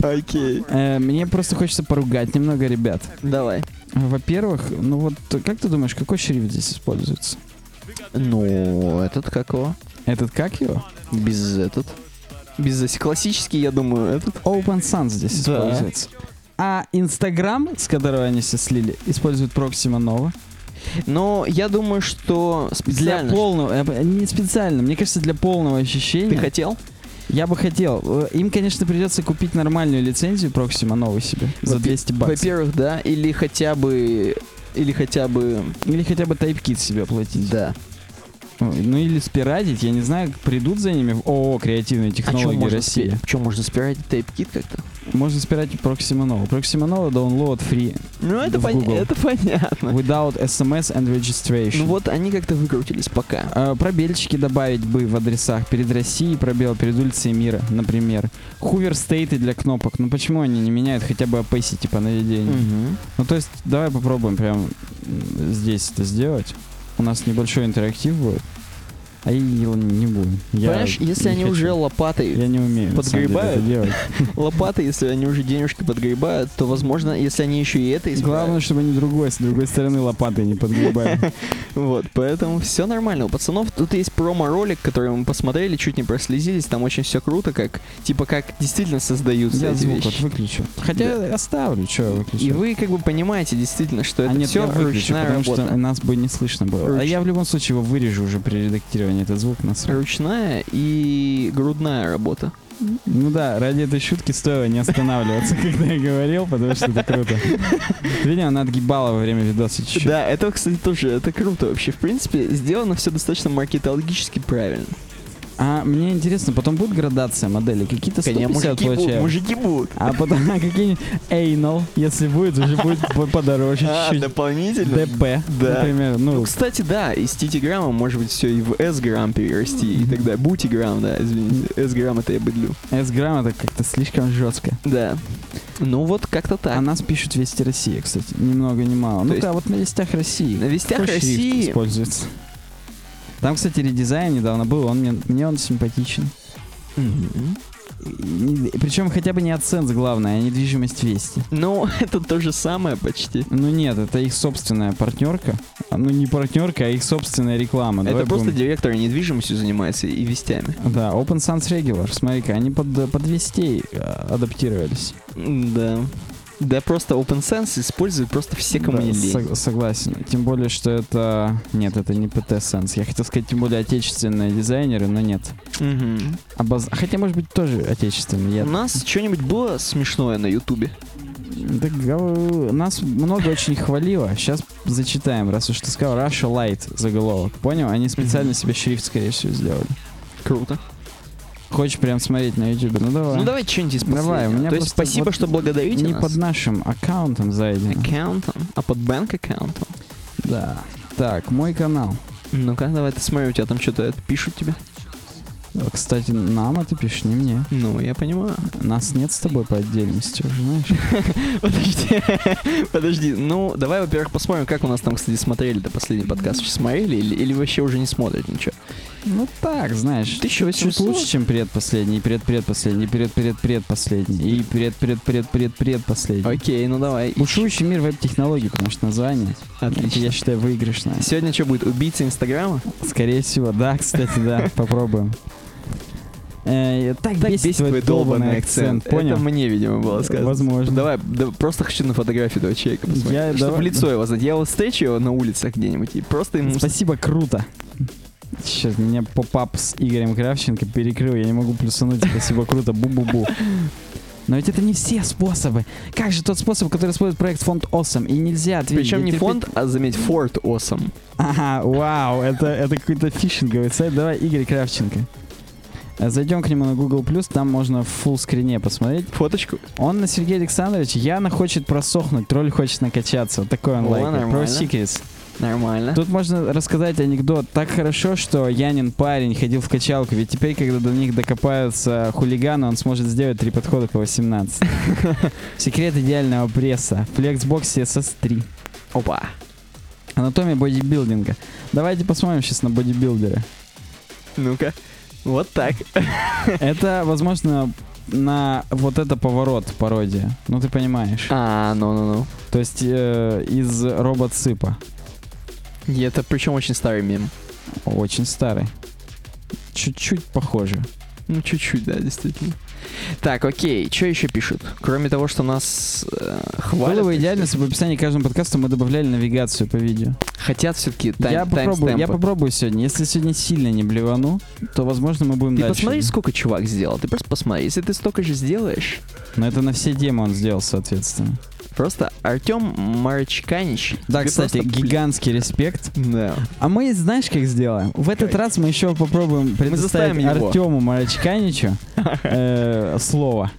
[SPEAKER 3] Окей.
[SPEAKER 1] Э, Мне просто хочется поругать немного ребят.
[SPEAKER 3] Давай.
[SPEAKER 1] Во-первых, ну вот, как ты думаешь, какой шрифт здесь используется?
[SPEAKER 3] Ну, этот какого?
[SPEAKER 1] Этот как его?
[SPEAKER 3] Без этот. Без эс- классический, я думаю, этот.
[SPEAKER 1] Open Sans здесь
[SPEAKER 3] Да.
[SPEAKER 1] используется. А Инстаграм, с которого они все слили, используют Proxima Nova.
[SPEAKER 3] Но я думаю, что
[SPEAKER 1] Для
[SPEAKER 3] специально.
[SPEAKER 1] полного, э, не специально, мне кажется, для полного ощущения.
[SPEAKER 3] Ты хотел?
[SPEAKER 1] Я бы хотел. Э, Им, конечно, придется купить нормальную лицензию Proxima Nova себе за
[SPEAKER 3] Во-пе-
[SPEAKER 1] 200 баксов.
[SPEAKER 3] Во-первых, да, или хотя бы Или хотя бы...
[SPEAKER 1] Или хотя бы тайпкит себе платить.
[SPEAKER 3] Да.
[SPEAKER 1] Ой, Ну или спиратить, я не знаю, как придут за ними в ООО «Креативные технологии России».
[SPEAKER 3] Чем А можно спирать тейп-кит как-то?
[SPEAKER 1] Можно спиратить Proxima Nova. Proxima Nova download free
[SPEAKER 3] Ну, это,
[SPEAKER 1] В
[SPEAKER 3] пон-
[SPEAKER 1] Google.
[SPEAKER 3] это понятно.
[SPEAKER 1] without SMS and registration.
[SPEAKER 3] Ну вот они как-то выкрутились пока.
[SPEAKER 1] Э, Пробельчики добавить бы в адресах перед Россией, пробел перед улицей мира, например. Хувер стейты для кнопок. Ну почему они не меняют хотя бы APC типа наведения?
[SPEAKER 3] Мгм.
[SPEAKER 1] Ну то есть давай попробуем прям м, здесь это сделать. У нас небольшой интерактив будет. А и его не будем. Я
[SPEAKER 3] Понимаешь,
[SPEAKER 1] не
[SPEAKER 3] если они
[SPEAKER 1] хочу.
[SPEAKER 3] уже лопатой,
[SPEAKER 1] Я не умею. на самом деле,
[SPEAKER 3] подгребают,
[SPEAKER 1] это делать.
[SPEAKER 3] лопатой, если они уже денежки подгребают, то, возможно, <laughs> если они еще и это
[SPEAKER 1] Главное,
[SPEAKER 3] исправят.
[SPEAKER 1] чтобы они другой, с другой стороны лопатой не
[SPEAKER 3] <laughs>
[SPEAKER 1] подгребали.
[SPEAKER 3] Вот, поэтому все нормально. У пацанов тут есть промо-ролик, который мы посмотрели, чуть не прослезились. Там очень все круто, как типа как действительно создаются
[SPEAKER 1] Я
[SPEAKER 3] эти
[SPEAKER 1] звук вот
[SPEAKER 3] вещи.
[SPEAKER 1] выключу. Хотя оставлю, что выключу.
[SPEAKER 3] И вы как бы понимаете действительно, что это
[SPEAKER 1] а нет,
[SPEAKER 3] все
[SPEAKER 1] я выключу,
[SPEAKER 3] ручная
[SPEAKER 1] потому
[SPEAKER 3] работа.
[SPEAKER 1] что нас бы не слышно было. А
[SPEAKER 3] Руч-
[SPEAKER 1] я в любом случае его вырежу уже при редактировании этот звук на самом-
[SPEAKER 3] Ручная и грудная работа.
[SPEAKER 1] Ну да, ради этой шутки стоило не останавливаться, <laughs> когда я говорил, потому что это круто. Ты Видел, она отгибала во время видоса чуть-чуть.
[SPEAKER 3] Да, это, кстати, тоже это круто вообще. В принципе, сделано все достаточно маркетологически правильно.
[SPEAKER 1] А мне интересно, потом будет градация моделей? Какие-то 150 получаю.
[SPEAKER 3] мужики будут.
[SPEAKER 1] А потом какие-нибудь anal, если будет, уже будет по- подороже
[SPEAKER 3] А,
[SPEAKER 1] чуть-чуть.
[SPEAKER 3] дополнительно.
[SPEAKER 1] ДП,
[SPEAKER 3] Да.
[SPEAKER 1] например.
[SPEAKER 3] Ну,
[SPEAKER 1] Ну,
[SPEAKER 3] кстати, да, из титиграмма может быть все и в S-грамм перерасти, и тогда бутиграмм, да, извините, S-грамм это я быдлю.
[SPEAKER 1] S-грамм это как-то слишком жестко.
[SPEAKER 3] Да. Ну вот как-то так.
[SPEAKER 1] А нас пишут Вести России, кстати, ни много ни мало.
[SPEAKER 3] То
[SPEAKER 1] Ну
[SPEAKER 3] есть-
[SPEAKER 1] да, вот на Вестях России.
[SPEAKER 3] На вестях
[SPEAKER 1] Какой шрифт
[SPEAKER 3] России
[SPEAKER 1] используется. Там, кстати, редизайн недавно был, он мне, мне он симпатичен.
[SPEAKER 3] Мгм.
[SPEAKER 1] Причем хотя бы не AdSense главное, а недвижимость Вести.
[SPEAKER 3] Ну, <laughs> это то же самое почти.
[SPEAKER 1] Ну нет, это их собственная партнерка. А, Ну не партнерка, а их собственная реклама. Давай
[SPEAKER 3] это просто
[SPEAKER 1] будем-
[SPEAKER 3] директор недвижимостью занимается и вестями.
[SPEAKER 1] Да, Open Sans Regular, смотри-ка, они под, под Вестей э, адаптировались.
[SPEAKER 3] М, Да. Да просто OpenSense используют просто все, кому
[SPEAKER 1] Да,
[SPEAKER 3] не лень.
[SPEAKER 1] сог- согласен. Тем более, что это... Нет, это не ПТ Sense. Я хотел сказать, тем более отечественные дизайнеры, но нет.
[SPEAKER 3] Мгм.
[SPEAKER 1] Обоз- Хотя, может быть, тоже отечественные. Я
[SPEAKER 3] У нас что-нибудь было смешное на Ютубе?
[SPEAKER 1] Да гов- Нас много очень хвалило. Сейчас зачитаем, раз уж ты сказал Russia Light заголовок. Понял? Они специально
[SPEAKER 3] Мгм.
[SPEAKER 1] себе шрифт, скорее всего, сделали.
[SPEAKER 3] Круто.
[SPEAKER 1] Хочешь прям смотреть на YouTube? Ну давай.
[SPEAKER 3] Ну давай что-нибудь из
[SPEAKER 1] Давай, у
[SPEAKER 3] последнего.
[SPEAKER 1] меня
[SPEAKER 3] То есть
[SPEAKER 1] просто
[SPEAKER 3] спасибо,
[SPEAKER 1] вот
[SPEAKER 3] что благодарите
[SPEAKER 1] Не
[SPEAKER 3] нас.
[SPEAKER 1] под нашим аккаунтом зайдено.
[SPEAKER 3] аккаунтом, а под банк аккаунтом.
[SPEAKER 1] Да. Так, мой канал.
[SPEAKER 3] Ну-ка, давай ты А смотри, у тебя там что-то это пишут тебе.
[SPEAKER 1] Кстати, нам это пишешь, не мне.
[SPEAKER 3] Ну,
[SPEAKER 1] <laughs>
[SPEAKER 3] я понимаю.
[SPEAKER 1] Нас нет с тобой по отдельности, уже знаешь.
[SPEAKER 3] <laughs> Подожди, <laughs> подожди. Ну, давай, во-первых, посмотрим, как у нас там, кстати, смотрели-то последний подкаст. Вообще смотрели или, или вообще уже не смотрят ничего?
[SPEAKER 1] Ну так, знаешь,
[SPEAKER 3] 1800.
[SPEAKER 1] чуть лучше, чем предпоследний, и предпредпоследний, и предпредпредпоследний, и предпредпредпредпредпоследний.
[SPEAKER 3] Окей, ну давай.
[SPEAKER 1] Бушующий мир веб-технологий, потому что название, это, я
[SPEAKER 3] Отлично.
[SPEAKER 1] считаю, выигрышное.
[SPEAKER 3] Сегодня что будет? Убийца Инстаграма?
[SPEAKER 1] Скорее всего, да, кстати,
[SPEAKER 3] <laughs>
[SPEAKER 1] да, попробуем. Э, Так
[SPEAKER 3] Так
[SPEAKER 1] бесит твой долбанный акцент,
[SPEAKER 3] Это
[SPEAKER 1] понял?
[SPEAKER 3] мне, видимо, было сказано.
[SPEAKER 1] Возможно.
[SPEAKER 3] Давай, да, просто хочу на фотографию этого человека посмотреть.
[SPEAKER 1] Я-
[SPEAKER 3] чтобы
[SPEAKER 1] давай-
[SPEAKER 3] лицо его знать. Я вот встречу его на улицах где-нибудь и просто ему...
[SPEAKER 1] Спасибо, круто. Сейчас меня поп-ап с Игорем Кравченко перекрыл, я не могу плюсануть. Спасибо, круто, бу-бу-бу. Но ведь это не все способы. Как же тот способ, который использует проект фонд Осом? И нельзя ответить.
[SPEAKER 3] Причем
[SPEAKER 1] Я
[SPEAKER 3] не
[SPEAKER 1] терпеть-
[SPEAKER 3] фонд, а, заметь, Форт Осом.
[SPEAKER 1] Ага, вау, это, это какой-то фишинговый сайт. Давай, Игорь Кравченко. Э, Зайдем к нему на Google+, там можно в фулл-скрине посмотреть.
[SPEAKER 3] Фоточку?
[SPEAKER 1] Он на Сергея Александровича. Яна хочет просохнуть, тролль хочет накачаться. Вот такой он
[SPEAKER 3] О,
[SPEAKER 1] лайк. Про
[SPEAKER 3] нормально.
[SPEAKER 1] Secrets.
[SPEAKER 3] Нормально.
[SPEAKER 1] Тут можно рассказать анекдот. Так хорошо, что Янин парень ходил в качалку, ведь теперь, когда до них докопаются хулиганы, он сможет сделать три подхода по 18. Секрет идеального пресса. Flexbox SS3.
[SPEAKER 3] Опа.
[SPEAKER 1] Анатомия бодибилдинга. Давайте посмотрим сейчас на бодибилдера.
[SPEAKER 3] Ну-ка. Вот так.
[SPEAKER 1] Это, возможно, на вот это поворот пародия. Ну ты понимаешь.
[SPEAKER 3] А, ну-ну-ну.
[SPEAKER 1] То есть э, из робоципа.
[SPEAKER 3] И Это причем очень старый мем.
[SPEAKER 1] Очень старый. Чуть-чуть похоже.
[SPEAKER 3] Ну, чуть-чуть, да, действительно. Так, окей, что еще пишут? Кроме того, что нас э, хвалят.
[SPEAKER 1] Было бы идеально, если бы в описании к каждому подкасту мы добавляли навигацию по видео.
[SPEAKER 3] Хотят все-таки тайм,
[SPEAKER 1] я, попробую, я
[SPEAKER 3] таймстемпы.
[SPEAKER 1] попробую сегодня. Если сегодня сильно не блевану, то, возможно, мы будем
[SPEAKER 3] Ты
[SPEAKER 1] дальше.
[SPEAKER 3] посмотри, сколько чувак сделал. Ты просто посмотри. Если ты столько же сделаешь,
[SPEAKER 1] Но это на все темы он сделал, соответственно.
[SPEAKER 3] Просто Артем Марчканич.
[SPEAKER 1] Да,
[SPEAKER 3] тебе
[SPEAKER 1] кстати,
[SPEAKER 3] просто пле-
[SPEAKER 1] гигантский респект.
[SPEAKER 3] Да.
[SPEAKER 1] А мы, знаешь, как сделаем? В этот
[SPEAKER 2] Как?
[SPEAKER 1] раз мы еще попробуем предоставить
[SPEAKER 3] заставим его.
[SPEAKER 1] Артему
[SPEAKER 3] <laughs>
[SPEAKER 1] Марачканичу э, слово.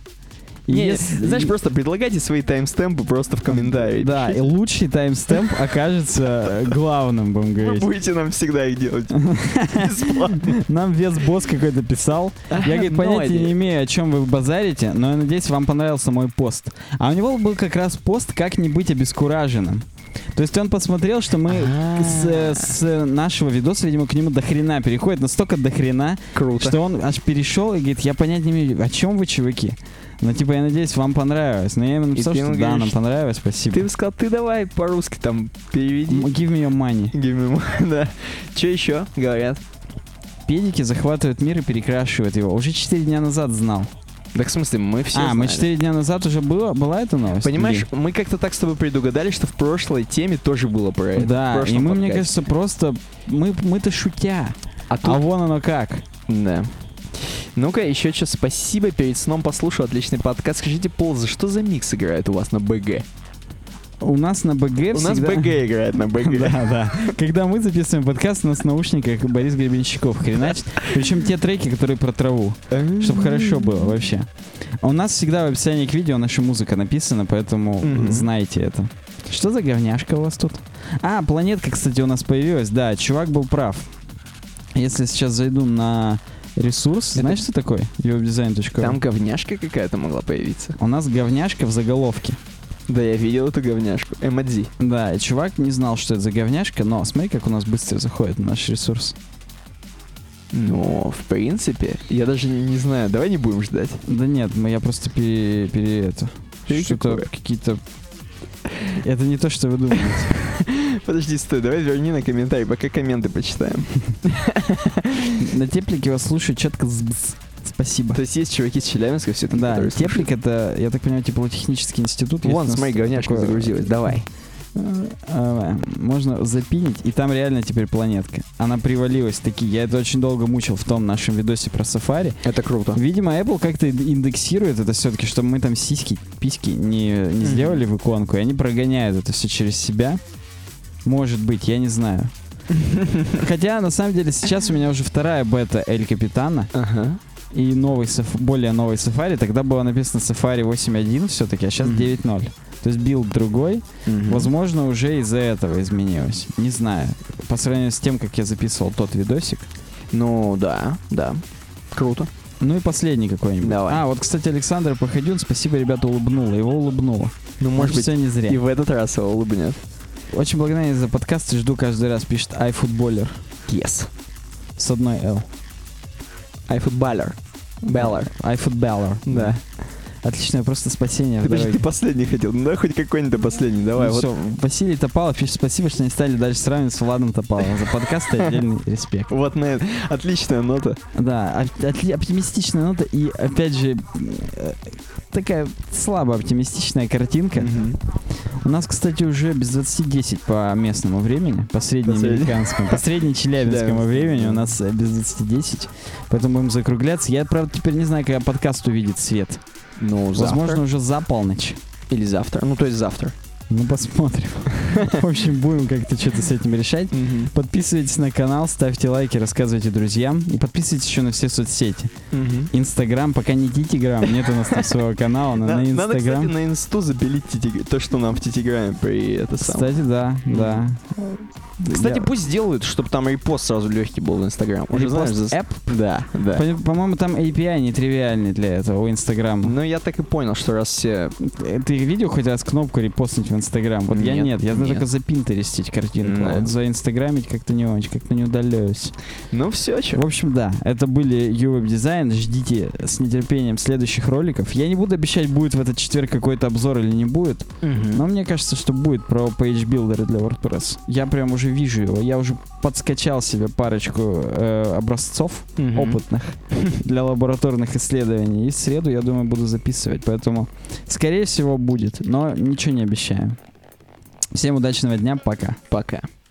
[SPEAKER 1] И
[SPEAKER 3] Не,
[SPEAKER 1] если-
[SPEAKER 3] знаешь, просто предлагайте свои таймстемпы просто в комментарии.
[SPEAKER 1] Да, и
[SPEAKER 3] пишите.
[SPEAKER 1] лучший таймстемп окажется э, главным, будем
[SPEAKER 3] Вы
[SPEAKER 1] говорить.
[SPEAKER 3] будете нам всегда их делать. Бесплатно.
[SPEAKER 1] Нам вес босс какой-то писал.
[SPEAKER 3] <laughs>
[SPEAKER 1] Я, говорит,
[SPEAKER 3] No
[SPEAKER 1] понятия
[SPEAKER 3] idea.
[SPEAKER 1] не имею, о чем вы базарите, но я надеюсь, вам понравился мой пост. А у него был как раз пост «Как не быть обескураженным». То есть он посмотрел, что мы
[SPEAKER 3] А.
[SPEAKER 1] с, э, с нашего видоса, видимо, к нему до хрена переходит, настолько до хрена,
[SPEAKER 3] Круто.
[SPEAKER 1] что он аж перешел и говорит, я понять не имею, о чем вы, чуваки? Ну, типа, я надеюсь, вам понравилось. Но я ему
[SPEAKER 3] И
[SPEAKER 1] написал,
[SPEAKER 3] ты
[SPEAKER 1] что
[SPEAKER 3] ему
[SPEAKER 1] да, нам
[SPEAKER 3] говоришь,
[SPEAKER 1] понравилось, спасибо.
[SPEAKER 3] Ты бы сказал, ты давай по-русски там переведи.
[SPEAKER 1] М, Give me your money.
[SPEAKER 3] Give me more, <laughs> да. Че еще говорят?
[SPEAKER 1] Педики захватывают мир и перекрашивают его. Уже 4 дня назад знал.
[SPEAKER 3] Так в смысле, мы все
[SPEAKER 1] а, мы 4 дня назад уже было, была эта новость?
[SPEAKER 3] Понимаешь, мы как-то так с тобой предугадали, что в прошлой теме тоже было про
[SPEAKER 1] Или-
[SPEAKER 3] это. в
[SPEAKER 1] Да, и
[SPEAKER 3] прошлом
[SPEAKER 1] мы, мне
[SPEAKER 3] подкасте.
[SPEAKER 1] кажется, просто... Мы, мы-то шутя.
[SPEAKER 3] А
[SPEAKER 1] А
[SPEAKER 3] тут...
[SPEAKER 1] вон оно как.
[SPEAKER 3] Да. Ну-ка, еще что, спасибо, перед сном послушал отличный подкаст. Скажите, Полза, что за микс играет у вас на БГ?
[SPEAKER 1] У нас на БГ
[SPEAKER 3] У нас
[SPEAKER 1] всегда-
[SPEAKER 3] БГ играет на
[SPEAKER 1] <laughs>
[SPEAKER 3] БГ.
[SPEAKER 1] Да, да. Когда мы записываем подкаст, у нас в наушниках Борис Гребенщиков хреначит. Причем те треки, которые про траву. Чтобы хорошо было вообще. А У нас всегда в описании к видео наша музыка написана, поэтому
[SPEAKER 3] Мгм.
[SPEAKER 1] знайте это. Что за говняшка у вас тут? А, планетка, кстати, у нас появилась. Да, чувак был прав. Если сейчас зайду на ресурс,
[SPEAKER 3] Это-
[SPEAKER 1] знаешь, что такое? webdesign.ru.
[SPEAKER 3] Там говняшка какая-то могла появиться.
[SPEAKER 1] У нас говняшка в заголовке.
[SPEAKER 3] Да, я видел эту говняшку. Эмодзи.
[SPEAKER 1] Да, и чувак не знал, что это за говняшка, но смотри, как у нас быстро заходит наш ресурс.
[SPEAKER 3] Но, в принципе, я даже не не знаю, давай не будем ждать.
[SPEAKER 1] Да нет, мы, я просто пере... пере это...
[SPEAKER 3] Пере
[SPEAKER 1] Что-то
[SPEAKER 3] какое?
[SPEAKER 1] какие-то... Это не то, что вы думаете.
[SPEAKER 3] Подожди, стой, давай верни на комментарий, пока комменты почитаем.
[SPEAKER 1] На теплике вас слушают четко. збс. Спасибо.
[SPEAKER 3] То есть есть чуваки с Челябинска все таки
[SPEAKER 1] Да, теплик это, я так понимаю, типа технический институт.
[SPEAKER 3] Вон,
[SPEAKER 1] Есть у нас
[SPEAKER 3] смотри, говняшка
[SPEAKER 1] такое-
[SPEAKER 3] загрузилась, давай.
[SPEAKER 1] Э, э, Можно запинить, и там реально теперь планетка. Она привалилась таки. Я это очень долго мучил в том нашем видосе про сафари.
[SPEAKER 3] Это круто.
[SPEAKER 1] Видимо, Apple как-то ин- индексирует это все-таки, чтобы мы там сиськи, письки не, не
[SPEAKER 3] Мгм.
[SPEAKER 1] сделали в иконку, и они прогоняют это все через себя. Может быть, я не знаю.
[SPEAKER 3] <laughs>
[SPEAKER 1] Хотя, на самом деле, сейчас у меня уже вторая бета Эль Капитана
[SPEAKER 3] Ага.
[SPEAKER 1] и новый, саф- более новый Safari. Тогда было написано Safari 8.1 все-таки, а сейчас
[SPEAKER 3] Мгм.
[SPEAKER 1] 9.0. То есть билд другой. Возможно, уже из-за этого изменилось. Не знаю. По сравнению с тем, как я записывал тот видосик.
[SPEAKER 3] Ну, да, да. Круто.
[SPEAKER 1] Ну и последний какой-нибудь.
[SPEAKER 3] Давай.
[SPEAKER 1] А, вот, кстати, Александр Походюн, спасибо, ребята, улыбнуло. Его улыбнуло.
[SPEAKER 3] Ну, может быть,
[SPEAKER 1] все не зря.
[SPEAKER 3] и в этот раз его улыбнет.
[SPEAKER 1] Очень благодарен за подкаст, жду каждый раз, пишет iFootballer
[SPEAKER 3] Yes.
[SPEAKER 1] с одной L.
[SPEAKER 3] Айфутбалер. Беллер.
[SPEAKER 1] iFootballer.
[SPEAKER 3] Да.
[SPEAKER 1] Отличное просто спасение в
[SPEAKER 3] Ты, подожди,
[SPEAKER 1] дороге.
[SPEAKER 3] ты последний хотел. Ну, да, хоть какой-нибудь последний. Давай,
[SPEAKER 1] Ну
[SPEAKER 3] вот.
[SPEAKER 1] всё, Василий Топалов пишет спасибо, что не стали дальше сравнивать с Владом Топаловым. За подкаст и
[SPEAKER 3] <laughs>
[SPEAKER 1] отдельный респект.
[SPEAKER 3] Вот на это. Отличная нота.
[SPEAKER 1] Да, оп- отли- оптимистичная нота и, опять же, э, такая слабо оптимистичная картинка.
[SPEAKER 3] Мгм.
[SPEAKER 1] У нас, кстати, уже без 20.10 по местному времени, по среднеамериканскому, по среднечелябинскому
[SPEAKER 3] Челябинскому,
[SPEAKER 1] времени
[SPEAKER 3] да.
[SPEAKER 1] у нас э, без 20.10, поэтому будем закругляться. Я, правда, теперь не знаю, когда подкаст увидит свет.
[SPEAKER 3] Ну, завтра.
[SPEAKER 1] Возможно, уже за полночь.
[SPEAKER 3] Или завтра. Ну, то есть завтра.
[SPEAKER 1] Ну, посмотрим. В общем, будем как-то что-то с этим решать.
[SPEAKER 3] Мгм.
[SPEAKER 1] Подписывайтесь на канал, ставьте лайки, рассказывайте друзьям. И подписывайтесь еще на все соцсети.
[SPEAKER 3] Мгм.
[SPEAKER 1] Инстаграм, пока не Титиграм, нет у нас там своего канала, но
[SPEAKER 3] На-
[SPEAKER 1] на
[SPEAKER 3] Надо, кстати,
[SPEAKER 1] Инстаграм.
[SPEAKER 3] на инсту запилить тити- то, что нам в Титиграме при это самое.
[SPEAKER 1] Кстати, да, да.
[SPEAKER 3] Кстати,
[SPEAKER 1] Я-
[SPEAKER 3] пусть сделают, чтобы там репост сразу легкий был в Инстаграм. Уже знаешь,
[SPEAKER 1] Репост
[SPEAKER 3] за-
[SPEAKER 1] app?
[SPEAKER 3] Э, Да, да.
[SPEAKER 1] По- По-моему, там API нетривиальный для этого у Инстаграма.
[SPEAKER 3] Ну, я так и понял, что раз все...
[SPEAKER 1] Э, Ты видел хоть раз кнопку репостнуть в Инстаграм? Вот я
[SPEAKER 3] Нет,
[SPEAKER 1] нет, я
[SPEAKER 3] нет.
[SPEAKER 1] только за пинтерестить картинку.
[SPEAKER 3] Да.
[SPEAKER 1] а Вот за Инстаграмить как-то не очень, как-то не удалось.
[SPEAKER 3] Ну, все, че.
[SPEAKER 1] В общем, да, это были UWeb Design. Ждите с нетерпением следующих роликов. Я не буду обещать, будет в этот четверг какой-то обзор или не будет, но мне кажется, что будет про пейдж-билдеры для WordPress. Я прям уже вижу его. Я уже подскачал себе парочку э, образцов опытных <laughs> для лабораторных исследований. И в среду, я думаю, буду записывать. Поэтому, скорее всего, будет. Но ничего не обещаю. Всем удачного дня. Пока.
[SPEAKER 3] Пока.